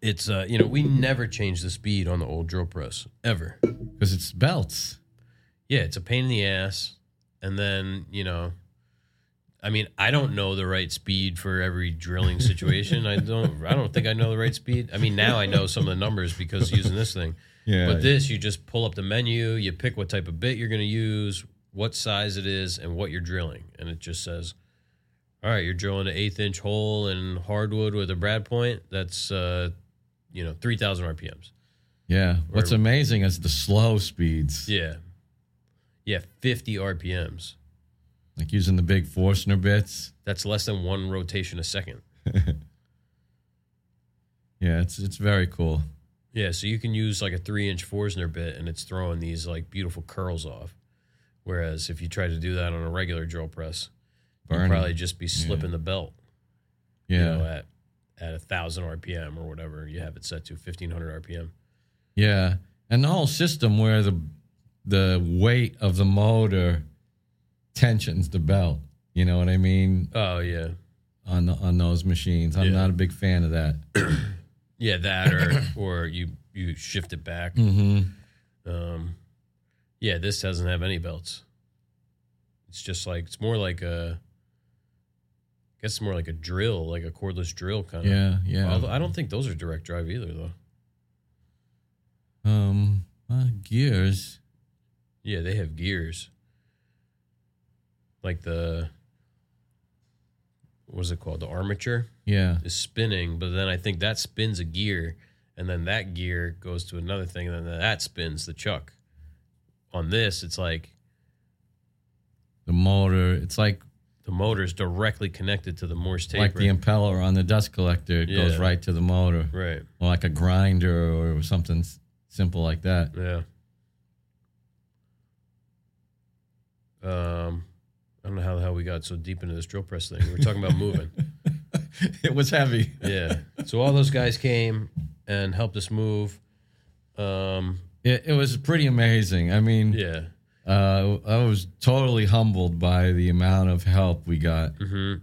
It's uh, you know, we never change the speed on the old drill press ever.
Because it's belts.
Yeah, it's a pain in the ass. And then, you know, I mean, I don't know the right speed for every drilling situation. I don't I don't think I know the right speed. I mean, now I know some of the numbers because using this thing.
Yeah.
But this, you just pull up the menu, you pick what type of bit you're going to use, what size it is, and what you're drilling. And it just says, all right, you're drilling an eighth inch hole in hardwood with a brad point. That's, uh, you know, 3,000 RPMs.
yeah. What's amazing is the slow speeds.
Yeah. Yeah, 50 RPMs.
Like using the big Forstner bits.
That's less than one rotation a second.
Yeah, it's it's very cool.
Yeah, so you can use like a three inch Forstner bit and it's throwing these like beautiful curls off. Whereas if you try to do that on a regular drill press,
Burning.
you'd probably just be slipping the belt.
yeah.
you know, at at a thousand RPM or whatever you have it set to fifteen hundred RPM.
Yeah, and the whole system where the the weight of the motor tensions the belt. You know what I mean
Oh yeah,
on the, on those machines. I'm
Yeah.
not a big fan
*clears throat*
of that.
yeah that
*coughs*
or or you you shift it back.
Mm-hmm.
Um, yeah, this doesn't have any belts. It's just like it's more like a. I guess it's more like a drill, like a cordless drill kind of.
Yeah, yeah.
Although I don't think those are direct drive either, though.
um, uh, gears.
Yeah, they have gears. Like the. What is it called? The armature.
Yeah,
is spinning, but then I think that spins a gear, and then that gear goes to another thing, and then that spins the chuck. On this, it's like
the motor. It's like
the motor is directly connected to the Morse tape.
like the impeller on the dust collector. It goes
Yeah.
right to the motor,
right.
or like a grinder or something s- simple like that. *laughs*
Yeah. Um, I don't know how the hell we got so deep into this drill press thing. We were talking about
*laughs*
moving.
it was heavy.
Yeah. So all those guys came and helped us move. Um,
It, it was pretty amazing. I mean,
yeah.
Uh, I was totally humbled by the amount of help we got.
hmm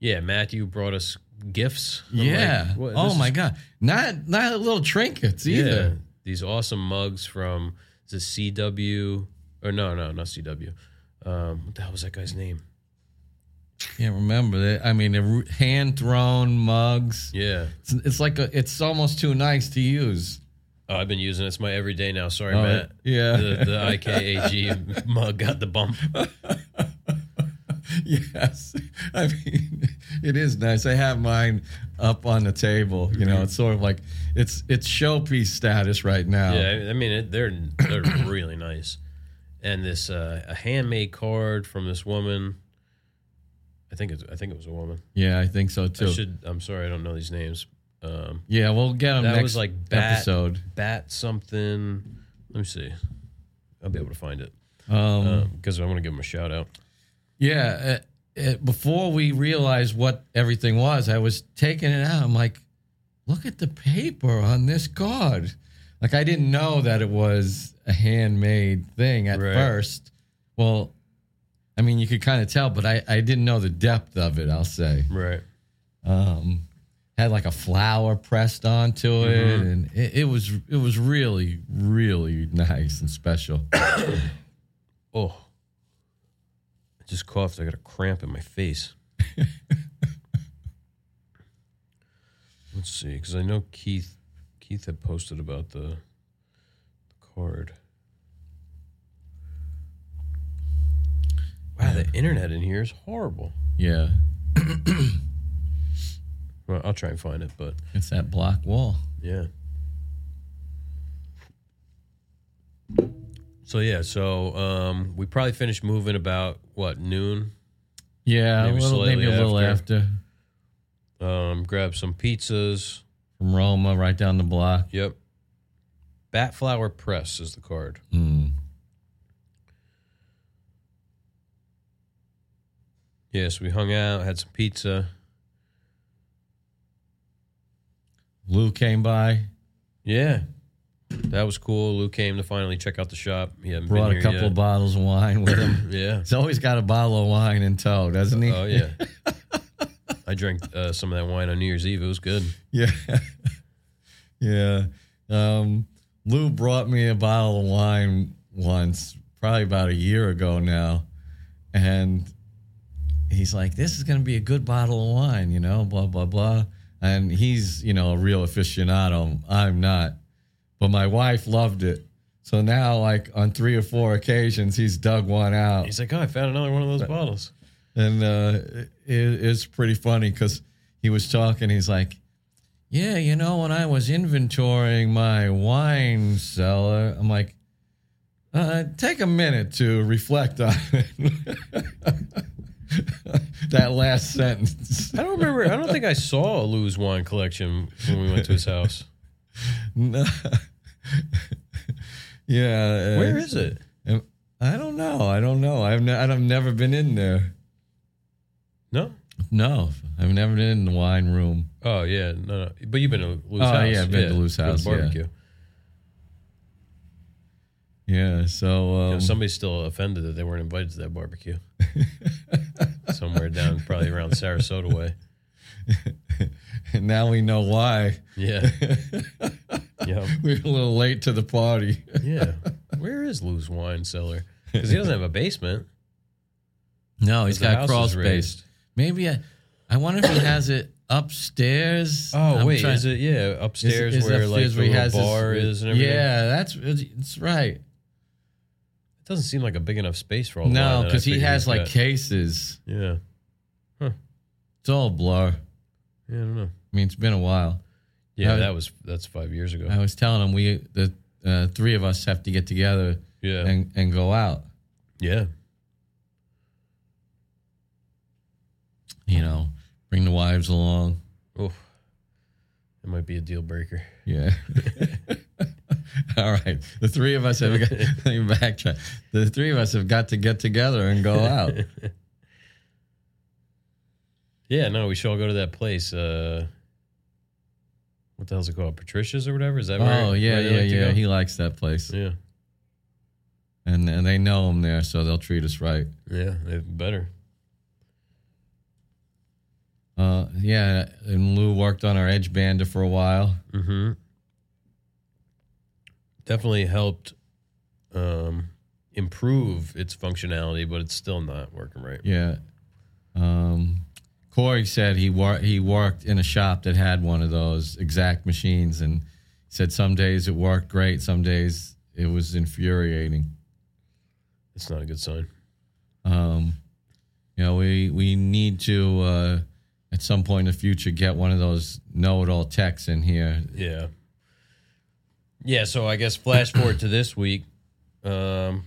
Yeah, Matthew brought us gifts. I'm like, what-
oh
this
my
is-
god. Not not little trinkets
yeah,
either.
These awesome mugs from the CW or no, no, not CW. Um, what the hell was that guy's name?
Can't remember that. I mean, they're hand thrown mugs.
Yeah,
It's, it's like a, it's almost too nice to use.
oh, I've been using it. it's my everyday now. Sorry,
Oh,
Matt.
yeah.
the, the
*laughs*
IKAG mug got the bump.
*laughs* yes, I mean it is nice. I have mine up on the table. You know, it's sort of like it's it's showpiece status right now.
Yeah, I- I mean it, they're they're really nice. And this uh, a handmade card from this woman. I think it's I think it was a woman.
Yeah, I think so too.
I should. I'm sorry, I don't know these names. Um,
Yeah, we'll get them
That
next
was like bat-
episode.
bat something. Let me see. I'll be able to find it
Um,
because I want to give him a shout out.
yeah, uh uh before we realized what everything was, I was taking it out. I'm like, look at the paper on this card. Like I didn't know that it was a handmade thing at
Right.
first. Well, I mean, you could kind of tell, but I, I didn't know the depth of it. I'll say.
Right.
um, had like a flower pressed onto it, and it, it was it was really really nice and special.
Oh, I just coughed. I got a cramp in my
*laughs*
face. Let's see, because I know Keith Keith had posted about the, the card. Wow, the internet in here is horrible.
Yeah,
Well, I'll try and find it, but
it's that block wall.
yeah. So yeah, so um, we probably finished moving about what noon.
Yeah,
Maybe
a little,
slightly
maybe a little
after.
after.
Um, grab some pizzas.
from Roma, right down the block.
Yep. Batflower Press is the card.
Mm.
Yes, we hung out, had some pizza.
Lou came by,
Yeah. That was cool. Lou came to finally check out the shop. He hadn't
brought
been
a
here
couple
yet.
of bottles of wine with him.
Yeah.
He's always got a bottle of wine in tow, doesn't he?
Oh yeah. I drank uh, some of that wine on New Year's Eve. It was good.
*laughs* Yeah. yeah. Um, Lou brought me a bottle of wine once, probably about a year ago now. And he's like, this is going to be a good bottle of wine, you know, blah, blah, blah. And he's, you know, a real aficionado. I'm not. But my wife loved it. So now, like on three or four occasions, he's dug one out
He's like, "Oh, I found another one of those bottles."
and uh, it, it's pretty funny because he was talking. He's like, "Yeah, you know, when I was inventorying my wine cellar, I'm like, uh, take a minute to reflect on it." *laughs* that last sentence. *laughs*
I don't remember. I don't think I saw Lou's wine collection when we went to his
*laughs*
house.
yeah.
Where is it?
uh, I don't know. I don't know. I've ne- I've never been in there.
No.
No, I've never been in the wine room.
Oh yeah, no, no. But you've been to Lou's
Oh,
house.
yeah, I've been to Lou's
for the
house, yeah.
Barbecue.
Yeah. So um,
You know, somebody's still offended that they weren't invited to that barbecue. Somewhere down, probably around Sarasota way.
*laughs* now we know why. *laughs*
Yeah. yeah. *laughs*
We were a little late to the party.
Yeah. Where is Lou's wine cellar? Because he doesn't have a basement.
*laughs* No,
'cause
he's
the
got
house
crawl
is raised.
space. Maybe I, I wonder if he has it upstairs.
Oh
I'm
wait,
trying-
is it yeah
is-
upstairs
is
where like
upstairs
the
where he
little
has his-
bar is and everything?
Yeah, that's it's right.
It doesn't seem like a big enough space for all. the wine
No,
that I
because he
figured
has
he's
like
got.
cases.
yeah.
It's all a blur. I
Yeah, I don't know.
mean, it's been a while.
Yeah,
I-
that was that's five years ago.
I was telling him we the uh, three of us have to get together
yeah.
and and go out.
yeah.
You know, bring the wives along.
Oh. It might be a deal
*laughs*
breaker.
Yeah. All right. The three of us have got *laughs* let me backtrack. The three of us have got to get together and go out.
*laughs* Yeah, no, we should all go to that place. Uh, what the hell's it called? Patricia's or whatever? Is that where-
oh yeah,
where they
yeah,
like to
yeah.
go?
He likes that place,
yeah,
and and they know him there, so they'll treat us right.
yeah, they- better.
Uh, yeah. And Lou worked on our edge bander for a while.
Mm-hmm. Definitely helped um, improve its functionality, but it's still not working right.
Yeah. Um, Corey said he wor- he worked in a shop that had one of those exact machines, and said some days it worked great, some days it was infuriating.
It's not a good sign.
Um, you know, we we need to uh, at some point in the future get one of those know-it-all techs in here.
Yeah. Yeah, so I guess flash forward to this week. Um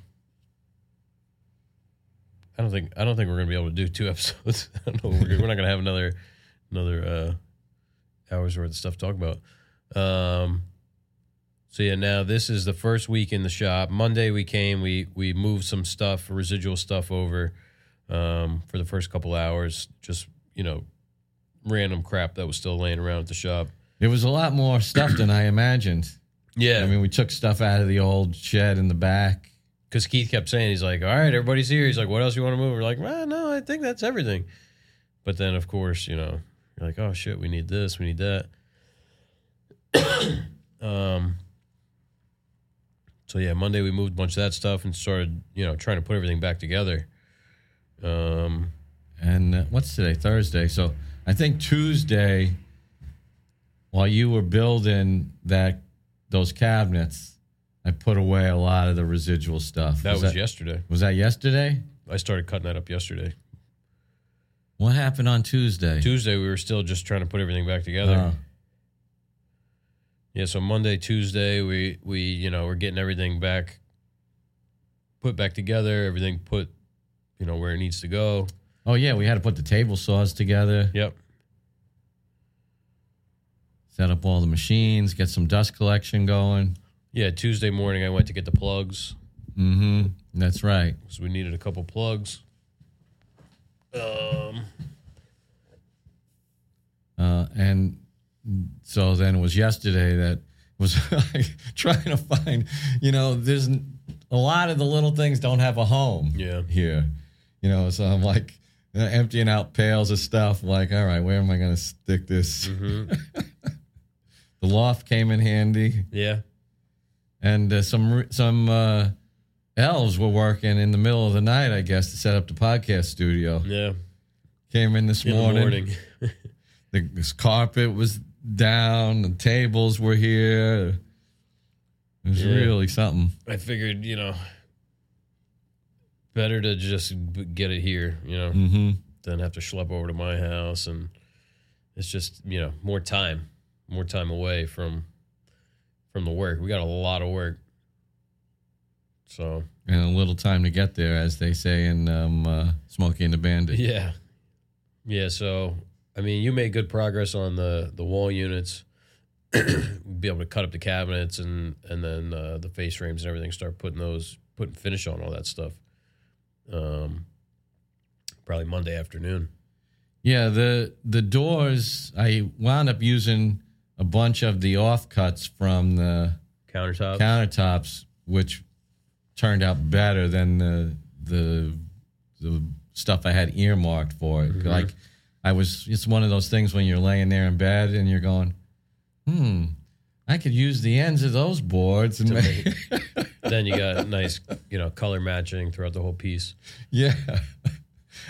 I don't think I *laughs* don't think we're gonna be able to do two episodes. I don't know. We're, we're not gonna have another another uh hours worth of stuff to talk about. Um, so yeah, now this is the first week in the shop. Monday we came, we we moved some stuff, residual stuff over um, for the first couple hours. Just you know, random crap that was still laying around at the shop.
It was a lot more stuff than I imagined.
Yeah,
I mean, we took stuff out of the old shed in the back.
because Keith kept saying he's like, "All right, everybody's here." He's like, "What else you want to move?" We're like, "Well, no, I think that's everything." But then, of course, you know, you're like, "Oh shit, we need this, we need that." *coughs* um. So yeah, Monday we moved a bunch of that stuff and started, you know, trying to put everything back together. Um.
And uh, what's today? Thursday. So I think Tuesday, while you were building that those cabinets, I put away a lot of the residual stuff.
That was,
that,
yesterday.
was that yesterday?
I started cutting that up yesterday.
What happened on Tuesday?
Tuesday we were still just trying to put everything back together.
Uh,
Yeah, so Monday, Tuesday, we we you know we're getting everything back, put back together, everything put, you know where it needs to go.
oh yeah, we had to put the table saws together,
Yep.
set up all the machines, get some dust collection going.
Yeah, Tuesday morning I went to get the plugs
Mm-hmm. That's right.
because we needed a couple plugs. Um.
Uh, and so then it was yesterday that *laughs* was like trying to find, you know, there's n- a lot of the little things don't have a home
Yeah.
here, you know. So I'm like uh, emptying out pails of stuff, like, all right, where am I going to stick this?
hmm
The loft came in handy,
*laughs* yeah.
and uh, some r- some uh, elves were working in the middle of the night, I guess, to set up the podcast studio.
Yeah.
Came in this
In the morning.
The, this carpet was down. The tables were here. It was
Yeah.
really something.
I figured you know better to just b- get it here. You know,
Mm-hmm.
than have to schlep over to my house and it's just you know more time more time away from from the work we got a lot of work so
And a little time to get there, as they say in um, uh, Smokey and the Bandit.
yeah yeah so i mean you made good progress on the the wall units *clears throat* be able to cut up the cabinets and and then uh, the face frames and everything start putting those putting finish on all that stuff um probably monday afternoon
Yeah, the the doors. I wound up using a bunch of the offcuts from the
countertop
countertops, which turned out better than the the the stuff I had earmarked for it.
Mhm.
Like I was, it's one of those things when you're laying there in bed and you're going, hmm, I could use the ends of those boards and make,
*laughs* then you got nice you know color matching throughout the whole piece
yeah. *laughs*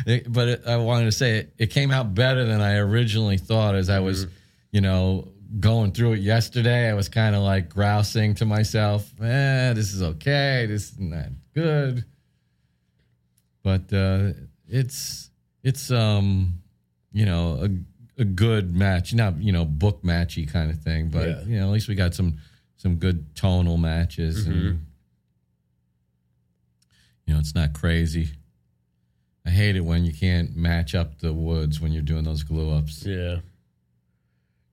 It- but it, I wanted to say it, it came out better than I originally thought as I was, you know. Going through it yesterday, I was kind of like grousing to myself, eh, this is okay, this is not good. but uh, it's it's um you know a, a good match not you know book matchy kind of thing but
Yeah.
you know at least we got some some good tonal matches
Mhm.
and you know it's not crazy i hate it when you can't match up the woods when you're doing those glue ups
Yeah.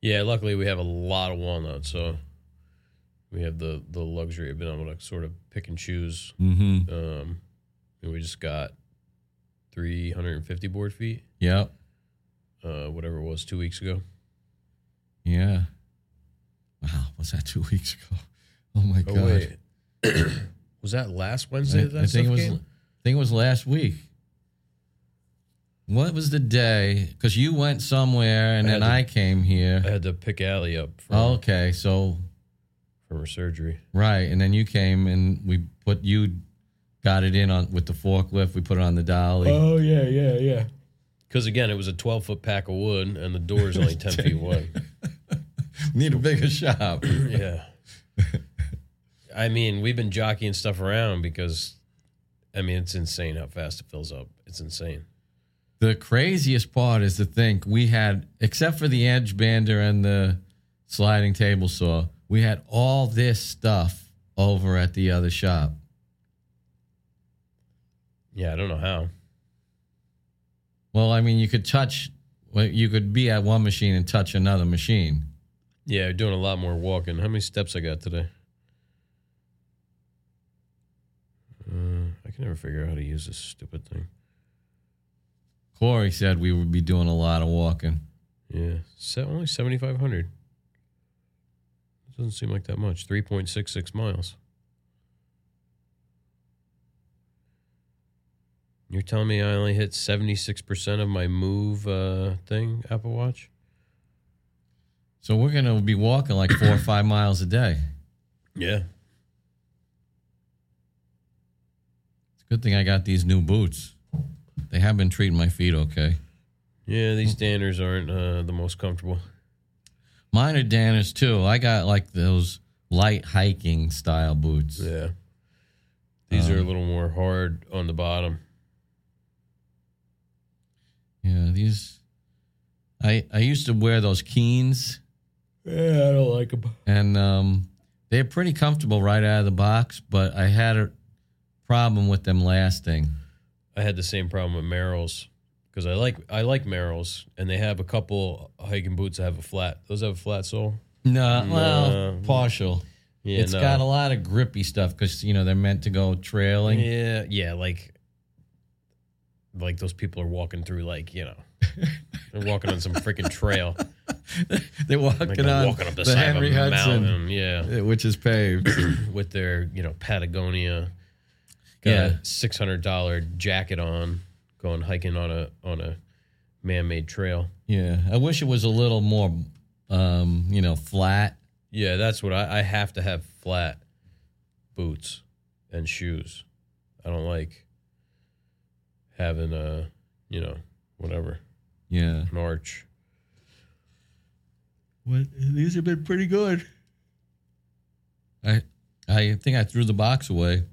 Yeah, luckily we have a lot of walnuts, so we have the the luxury of being able to sort of pick and choose.
mm-hmm
Um and we just got 350 board feet,
yep
uh whatever it was 2 weeks ago.
yeah wow was that two *laughs* weeks ago oh my
Oh
god
wait. *clears throat* was that last Wednesday
I,
that, that
I think it
stuff
was.
came?
I think it was last week. What was the day? Because you went somewhere and
I
then
had to-
I came here. Oh,
I had to pick Allie up from
okay, so
from her surgery.
right, and then you came and we put you got it in on with the forklift. We put it on the dolly.
Oh yeah, yeah, yeah. Cuz again, it was a 12 foot pack of wood and the door is *laughs* only 10 feet wide.
*laughs* Need a bigger shop.
Yeah. I mean, we've been jockeying stuff around because, I mean, it's insane how fast it fills up. It's insane.
the craziest part is to think we had, except for the edge bander and the sliding table saw, we had all this stuff over at the other shop.
Yeah, I don't know how.
Well, I mean, you could touch well, you could be at one machine and touch another machine.
Yeah, you're doing a lot more walking. How many steps I got today? Uh, I can never figure out how to use this stupid thing.
Corey said we would be doing a lot of walking.
Yeah, so only 7,500. Doesn't seem like that much. 3.66 miles. You're telling me I only hit 76% of my move uh, thing, Apple Watch?
So we're going to be walking like four or five miles a day.
Yeah.
It's a good thing I got these new boots. They have been treating my feet okay.
Yeah, these standards aren't uh, the most comfortable.
Mine are Danners too. I got like those light hiking style boots.
Yeah. Um, These are a little more hard on the bottom.
Yeah, these. I I used to wear those Keens,
Yeah, I don't like them.
and um, they're pretty comfortable right out of the box. But I had a problem with them lasting.
I had the same problem with Merrill's because I like I like Merrill's and they have a couple hiking boots that have a flat. Those have a flat sole. uh,
No, well,
No.
partial.
Yeah,
It's got a lot of grippy stuff because you know they're meant to go trailing.
yeah, yeah, like like those people are walking through like you know they're walking on some freaking
*laughs*
trail,
They're walking
like
on
they're walking up the,
the
side
Henry
of a
Hudson,
mountain. Yeah, *clears throat*
uh, which is paved.
with their you know Patagonia, got
Yeah.
a six hundred dollar jacket on, going hiking on a on a man made trail.
yeah, I wish it was a little more, um, you know, flat.
Yeah, that's what I, I have to have flat boots and shoes. I don't like having a you know whatever
Yeah.
an arch.
What these have been pretty good. I I think I threw the box away.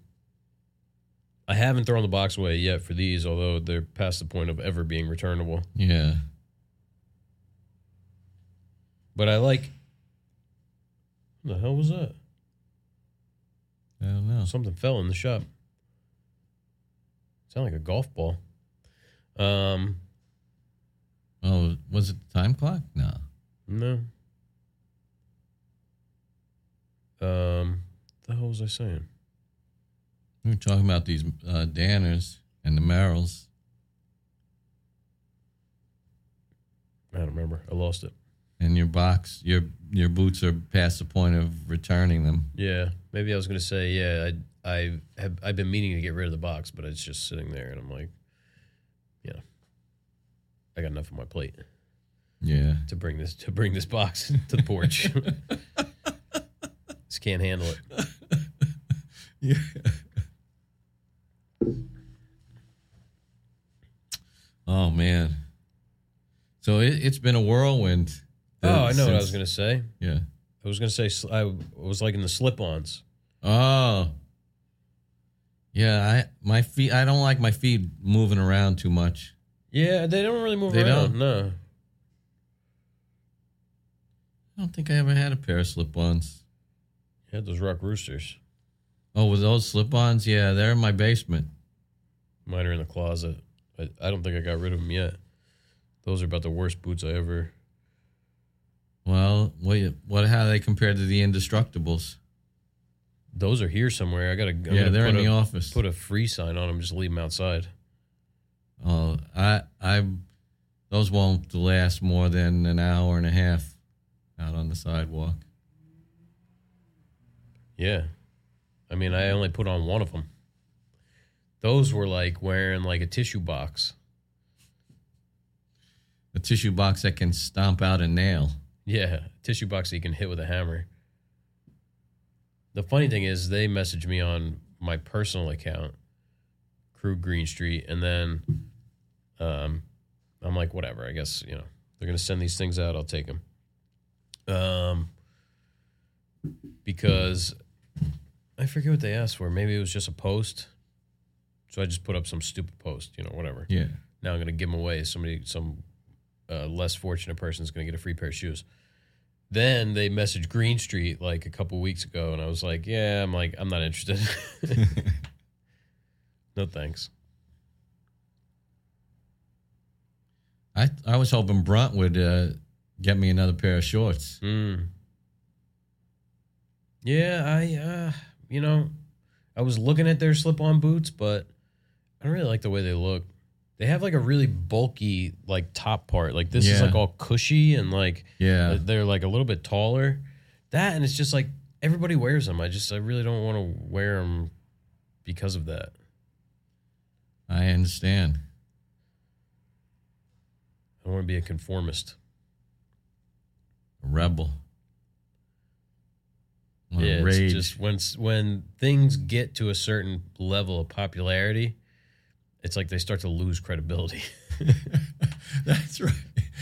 I haven't thrown the box away yet for these, although they're past the point of ever being returnable.
Yeah.
But I like. What the hell was that?
I don't know.
Something fell in the shop. Sound like a golf ball. Um,
Oh, was it the time clock? No.
no. Um, the hell was I saying?
We were talking about these uh, Danners and the Merrills.
I don't remember. I lost it.
And your box, your your boots are past the point of returning them.
Yeah, maybe I was gonna say yeah. I I have I've been meaning to get rid of the box, but it's just sitting there, and I'm like, you know, I got enough on my plate *laughs*
Yeah.
to bring this to bring this box *laughs* to the porch. just can't handle it.
Yeah. oh man. So it, it's been a whirlwind.
Oh, I know what I
since-
was gonna say.
Yeah.
I was gonna say sl- I was liking the slip-ons.
Oh. Yeah, I my feet I don't like my feet moving around too much.
Yeah, they don't really move
They
around.
don't.
No,
I don't think I ever had a pair of slip-ons.
you had those rock roosters.
Oh, with those slip-ons? Yeah, they're in my basement.
Mine are in the closet. I, I don't think I got rid of them yet. Those are about the worst boots I ever.
Well, what you- what how they compared to the indestructibles?
Those are here somewhere. I gotta. I'm
yeah,
gonna
they're
put
in
up-
the office.
put a free sign on them, just leave them outside.
Oh, I I those won't last more than an hour and a half out on the sidewalk.
Yeah. I mean, I only put on one of them. Those were like wearing like a tissue box.
A tissue box that can stomp out a nail.
Yeah, tissue box that you can hit with a hammer. The funny thing is, they messaged me on my personal account, Crew Green Street, and then um, I'm like, whatever. I guess you know they're gonna send these things out. I'll take them. Um, because I forget what they asked for. Maybe it was just a post. So I just put up some stupid post, you know, whatever
Yeah.
now I'm going to give them away. Somebody, some uh, less fortunate person's going to get a free pair of shoes. Then they messaged Green Street like a couple weeks ago, and I was like, yeah, I'm like, I'm not interested. no thanks.
I I was hoping Brunt would uh, get me another pair of shorts.
Mm. Yeah, I uh, you know, I was looking at their slip-on boots, but I don't really like the way they look. They have like a really bulky like top part. Like this is
Yeah.
like all cushy and like
Yeah.
they're like a little bit taller. That and it's just like everybody wears them. I just I really don't want to wear them because of that.
I understand.
I don't want to be a conformist.
rebel. Wanna
yeah,
rage.
it's just when s- when things get to a certain level of popularity, it's like they start to lose credibility.
*laughs*
*laughs*
That's right.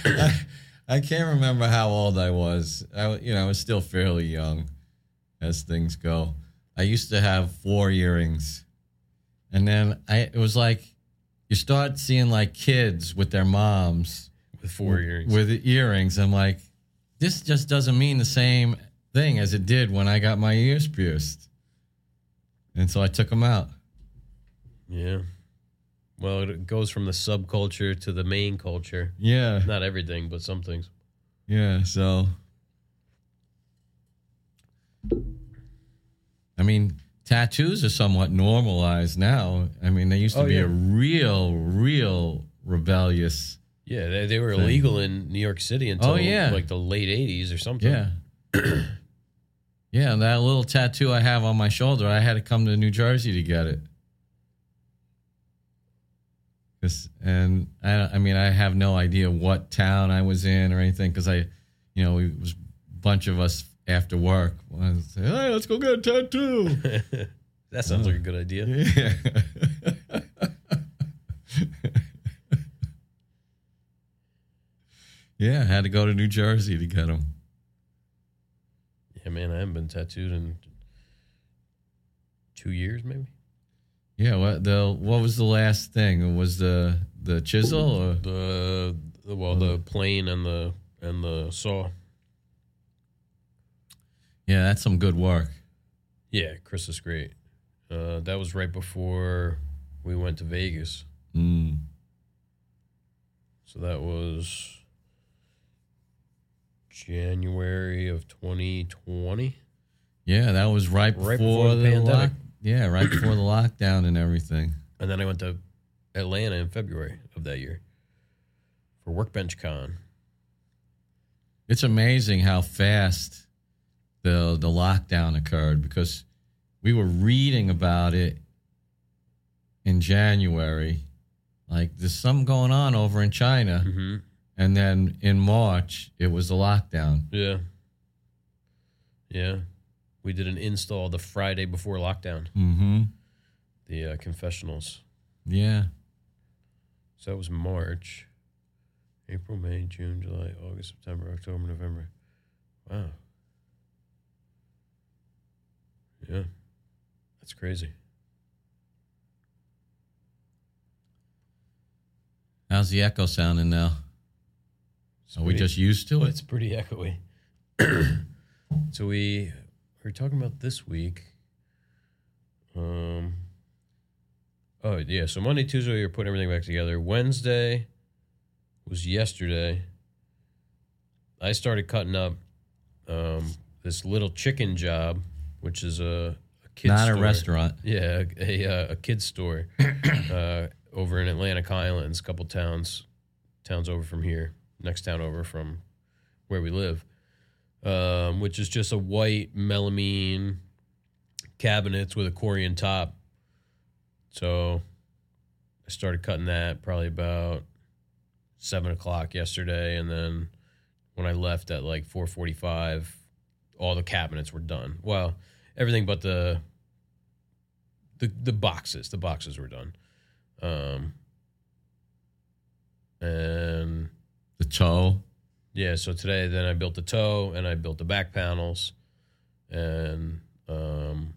I, I can't remember how old I was. I, wa- you know, I was still fairly young, as things go. I used to have four earrings, and then I it was like you start seeing like kids with their moms
with four earrings.
with the earrings. I'm like, this just doesn't mean the same thing as it did when I got my ears pierced, and so I took them out.
yeah. Well, it goes from the subculture to the main culture.
Yeah.
Not everything, but some things.
Yeah, so I mean, tattoos are somewhat normalized now. I mean, they used to
Oh,
be
yeah.
a real, real rebellious.
Yeah, they, they were
Thing.
illegal in New York City until
Oh, yeah.
like the late 80s or something.
Yeah. *clears throat* yeah, and that little tattoo I have on my shoulder, I had to come to New Jersey to get it. 'Cause- and I, I mean, I have no idea what town I was in or anything because I, you know, it was a bunch of us after work. I was like, hey, let's go get a tattoo. *laughs*
that sounds like a good idea.
yeah. *laughs* yeah, I had to go to New Jersey to get them.
Yeah, man, I haven't been tattooed in two years, maybe.
Yeah, what the what was the last thing? It was the the chisel or
The the- well, the plane and the and the saw.
Yeah, that's some good work.
Yeah, Chris is great. Uh, that was right before we went to Vegas.
Mm.
So that was January of 2020.
Yeah, that was right before,
Right before the
the,
pandemic.
lock, Yeah, right before the lockdown and everything.
And then I went to Atlanta in February of that year for Workbench Con.
It's amazing how fast the the lockdown occurred because we were reading about it in January. Like there's something going on over in China.
Mm-hmm.
And then in March it was the lockdown.
Yeah. Yeah. We did an install the Friday before lockdown,
Mm-hmm.
the uh, confessionals.
Yeah.
So that was March, April, May, June, July, August, September, October, November. Wow. Yeah. That's crazy.
How's the echo sounding now?
It's
Are we
pretty-
just used to
It's
it?
pretty echoey. *clears throat* so we we were talking about this week. Um. Oh yeah, so Monday, Tuesday, we were putting everything back together. Wednesday was yesterday. I started cutting up um, this little chicken job, which is a, a kid's
Not a
store.
restaurant.
Yeah, a a, uh, a kid's store uh, over in Atlantic Highlands, couple towns, towns over from here, next town over from where we live, um, which is just a white melamine cabinets with a Corian top. So I started cutting that probably about seven o'clock yesterday, and then when I left at like four forty-five, all the cabinets were done. Well, everything but the the the boxes. The boxes were done. Um, and
The toe.
yeah, so today then I built the toe and I built the back panels, and um,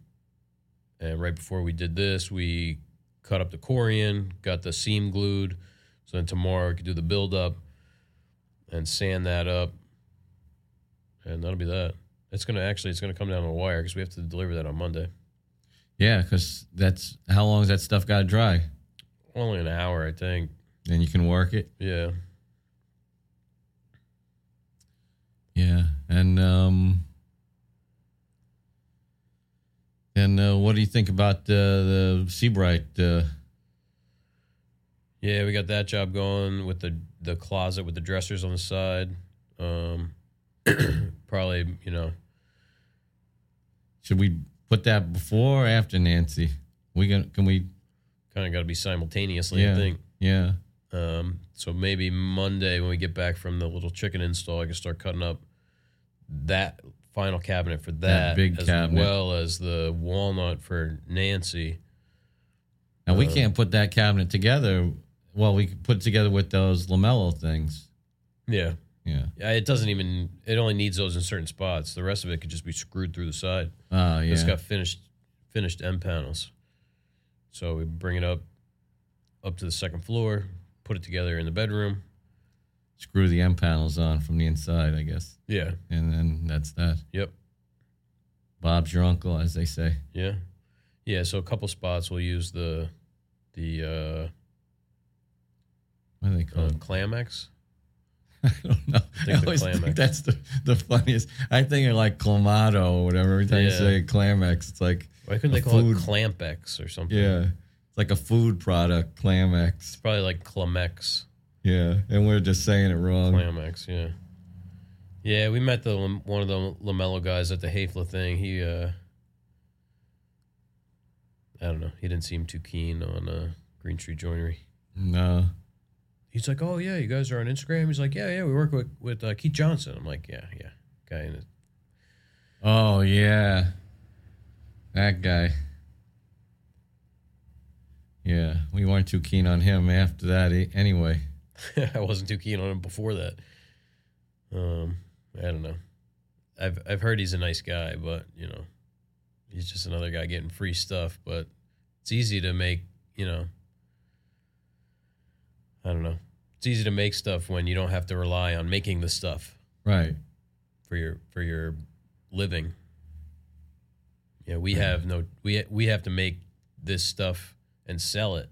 and right before we did this, we cut up the corian, got the seam glued, so then tomorrow I could do the build up, and sand that up, and that'll be that. It's gonna actually it's gonna come down to a wire because we have to deliver that on Monday.
Yeah, because that's how long has that stuff got to dry?
Only an hour, I think.
Then you can work it.
Yeah.
And um, and uh, what do you think about uh, the Seabright? Uh,
Yeah, we got that job going with the the closet with the dressers on the side. Um, *clears throat* probably, you know,
should we put that before or after Nancy? We can can we?
kind of got to be simultaneously. I think.
yeah.
Um, so maybe Monday when we get back from the little chicken install, I can start cutting up that final cabinet for that,
big
as
cabinet.
well as the walnut for Nancy.
Now
Uh,
we can't put that cabinet together. Well, we could put it together with those Lamello things.
Yeah,
Yeah.
Yeah, it doesn't even. It only needs those in certain spots. The rest of it could just be screwed through the side.
Oh yeah.
It's got finished finished end panels. So we bring it up up to the second floor, put it together in the bedroom.
Screw the end panels on from the inside, I guess,
Yeah.
and then that's that.
Yep.
Bob's your uncle, as they say.
Yeah. Yeah, so a couple spots we'll use the the
What do they
uh,
call
uh
it?
Clamex.
*laughs* I don't know. I,
think the
always think
Clamex.
that's the, the funniest. I think of like clamato or whatever. Every time you
Yeah.
say clamex, it's like
Why couldn't
A
they call
food-
it Clampex or something?
yeah, it's like a food product, clamex.
It's probably like Clamex.
Yeah, and we're just saying it wrong.
Clamex, yeah. Yeah, we met the Lam- one of the Lamello guys at the Hafla thing. He, uh, I don't know, he didn't seem too keen on uh, Green Tree Joinery.
No,
He's like, oh yeah, you guys are on Instagram. He's like, yeah, yeah, we work with with uh, Keith Johnson. I'm like, yeah, yeah, guy in it.
oh yeah, that guy. Yeah, we weren't too keen on him after that. e- Anyway,
*laughs* I wasn't too keen on him before that. Um, I don't know. I've I've heard he's a nice guy, but you know, he's just another guy getting free stuff. But it's easy to make, you know. I don't know. It's easy to make stuff when you don't have to rely on making the stuff
right?
for your for your living. Yeah, we have no we we have to make this stuff and sell it.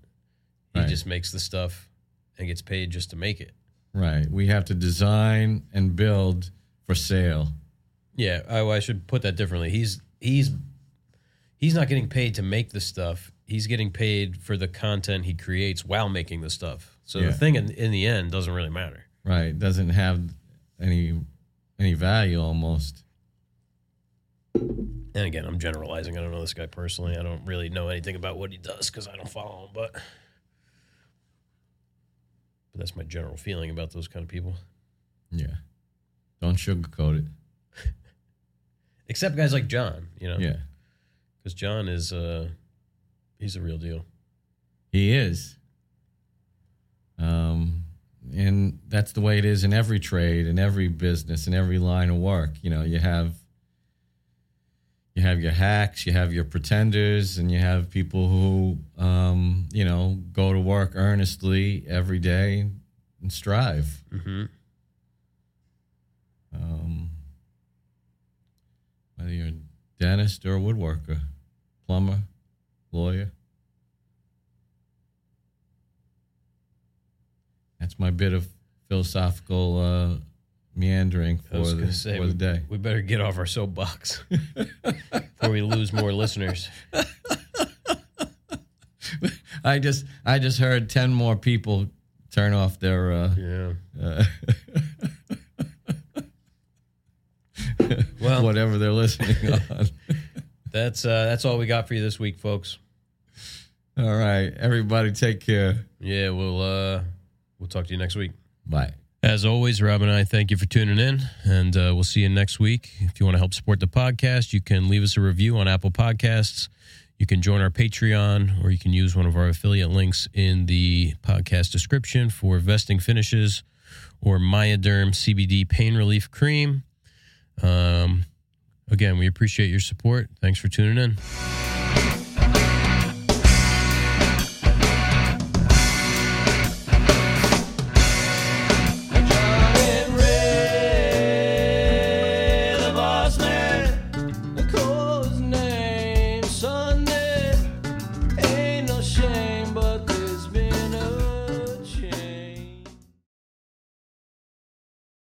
He
Right.
just makes the stuff and gets paid just to make it.
Right. We have to design and build for sale.
Yeah, I, I should put that differently. He's he's he's not getting paid to make the stuff. He's getting paid for the content he creates while making the stuff. So
Yeah.
the thing in, in the end doesn't really matter.
Right. Doesn't have any any value almost.
And again, I'm generalizing. I don't know this guy personally. I don't really know anything about what he does because I don't follow him. But but that's my general feeling about those kind of people.
Yeah. Don't sugarcoat it.
Except guys like John, you know,
Yeah.
because John is uh he's a real deal.
He is. Um and that's the way it is in every trade, in every business, in every line of work. You know, you have you have your hacks, you have your pretenders, and you have people who um, you know, go to work earnestly every day and strive.
Mm-hmm.
um, whether you're a dentist or a woodworker, plumber, lawyer. That's my bit of philosophical uh, meandering
I
for,
was
the,
gonna say
for
we,
the day.
we better get off our *laughs* soapbox before we lose more listeners.
I just I just heard ten more people turn off their. Uh,
Yeah.
uh, *laughs*
Well,
whatever they're listening *laughs* on.
that's uh, that's all we got for you this week, folks.
All right, everybody, take care.
Yeah, we'll uh, we'll talk to you next week.
Bye.
As always, Rob and I thank you for tuning in, and uh, we'll see you next week. If you want to help support the podcast, you can leave us a review on Apple Podcasts. You can join our Patreon, or you can use one of our affiliate links in the podcast description for vesting finishes or Myoderm CBD pain relief cream. Um, again, we appreciate your support. Thanks for tuning in.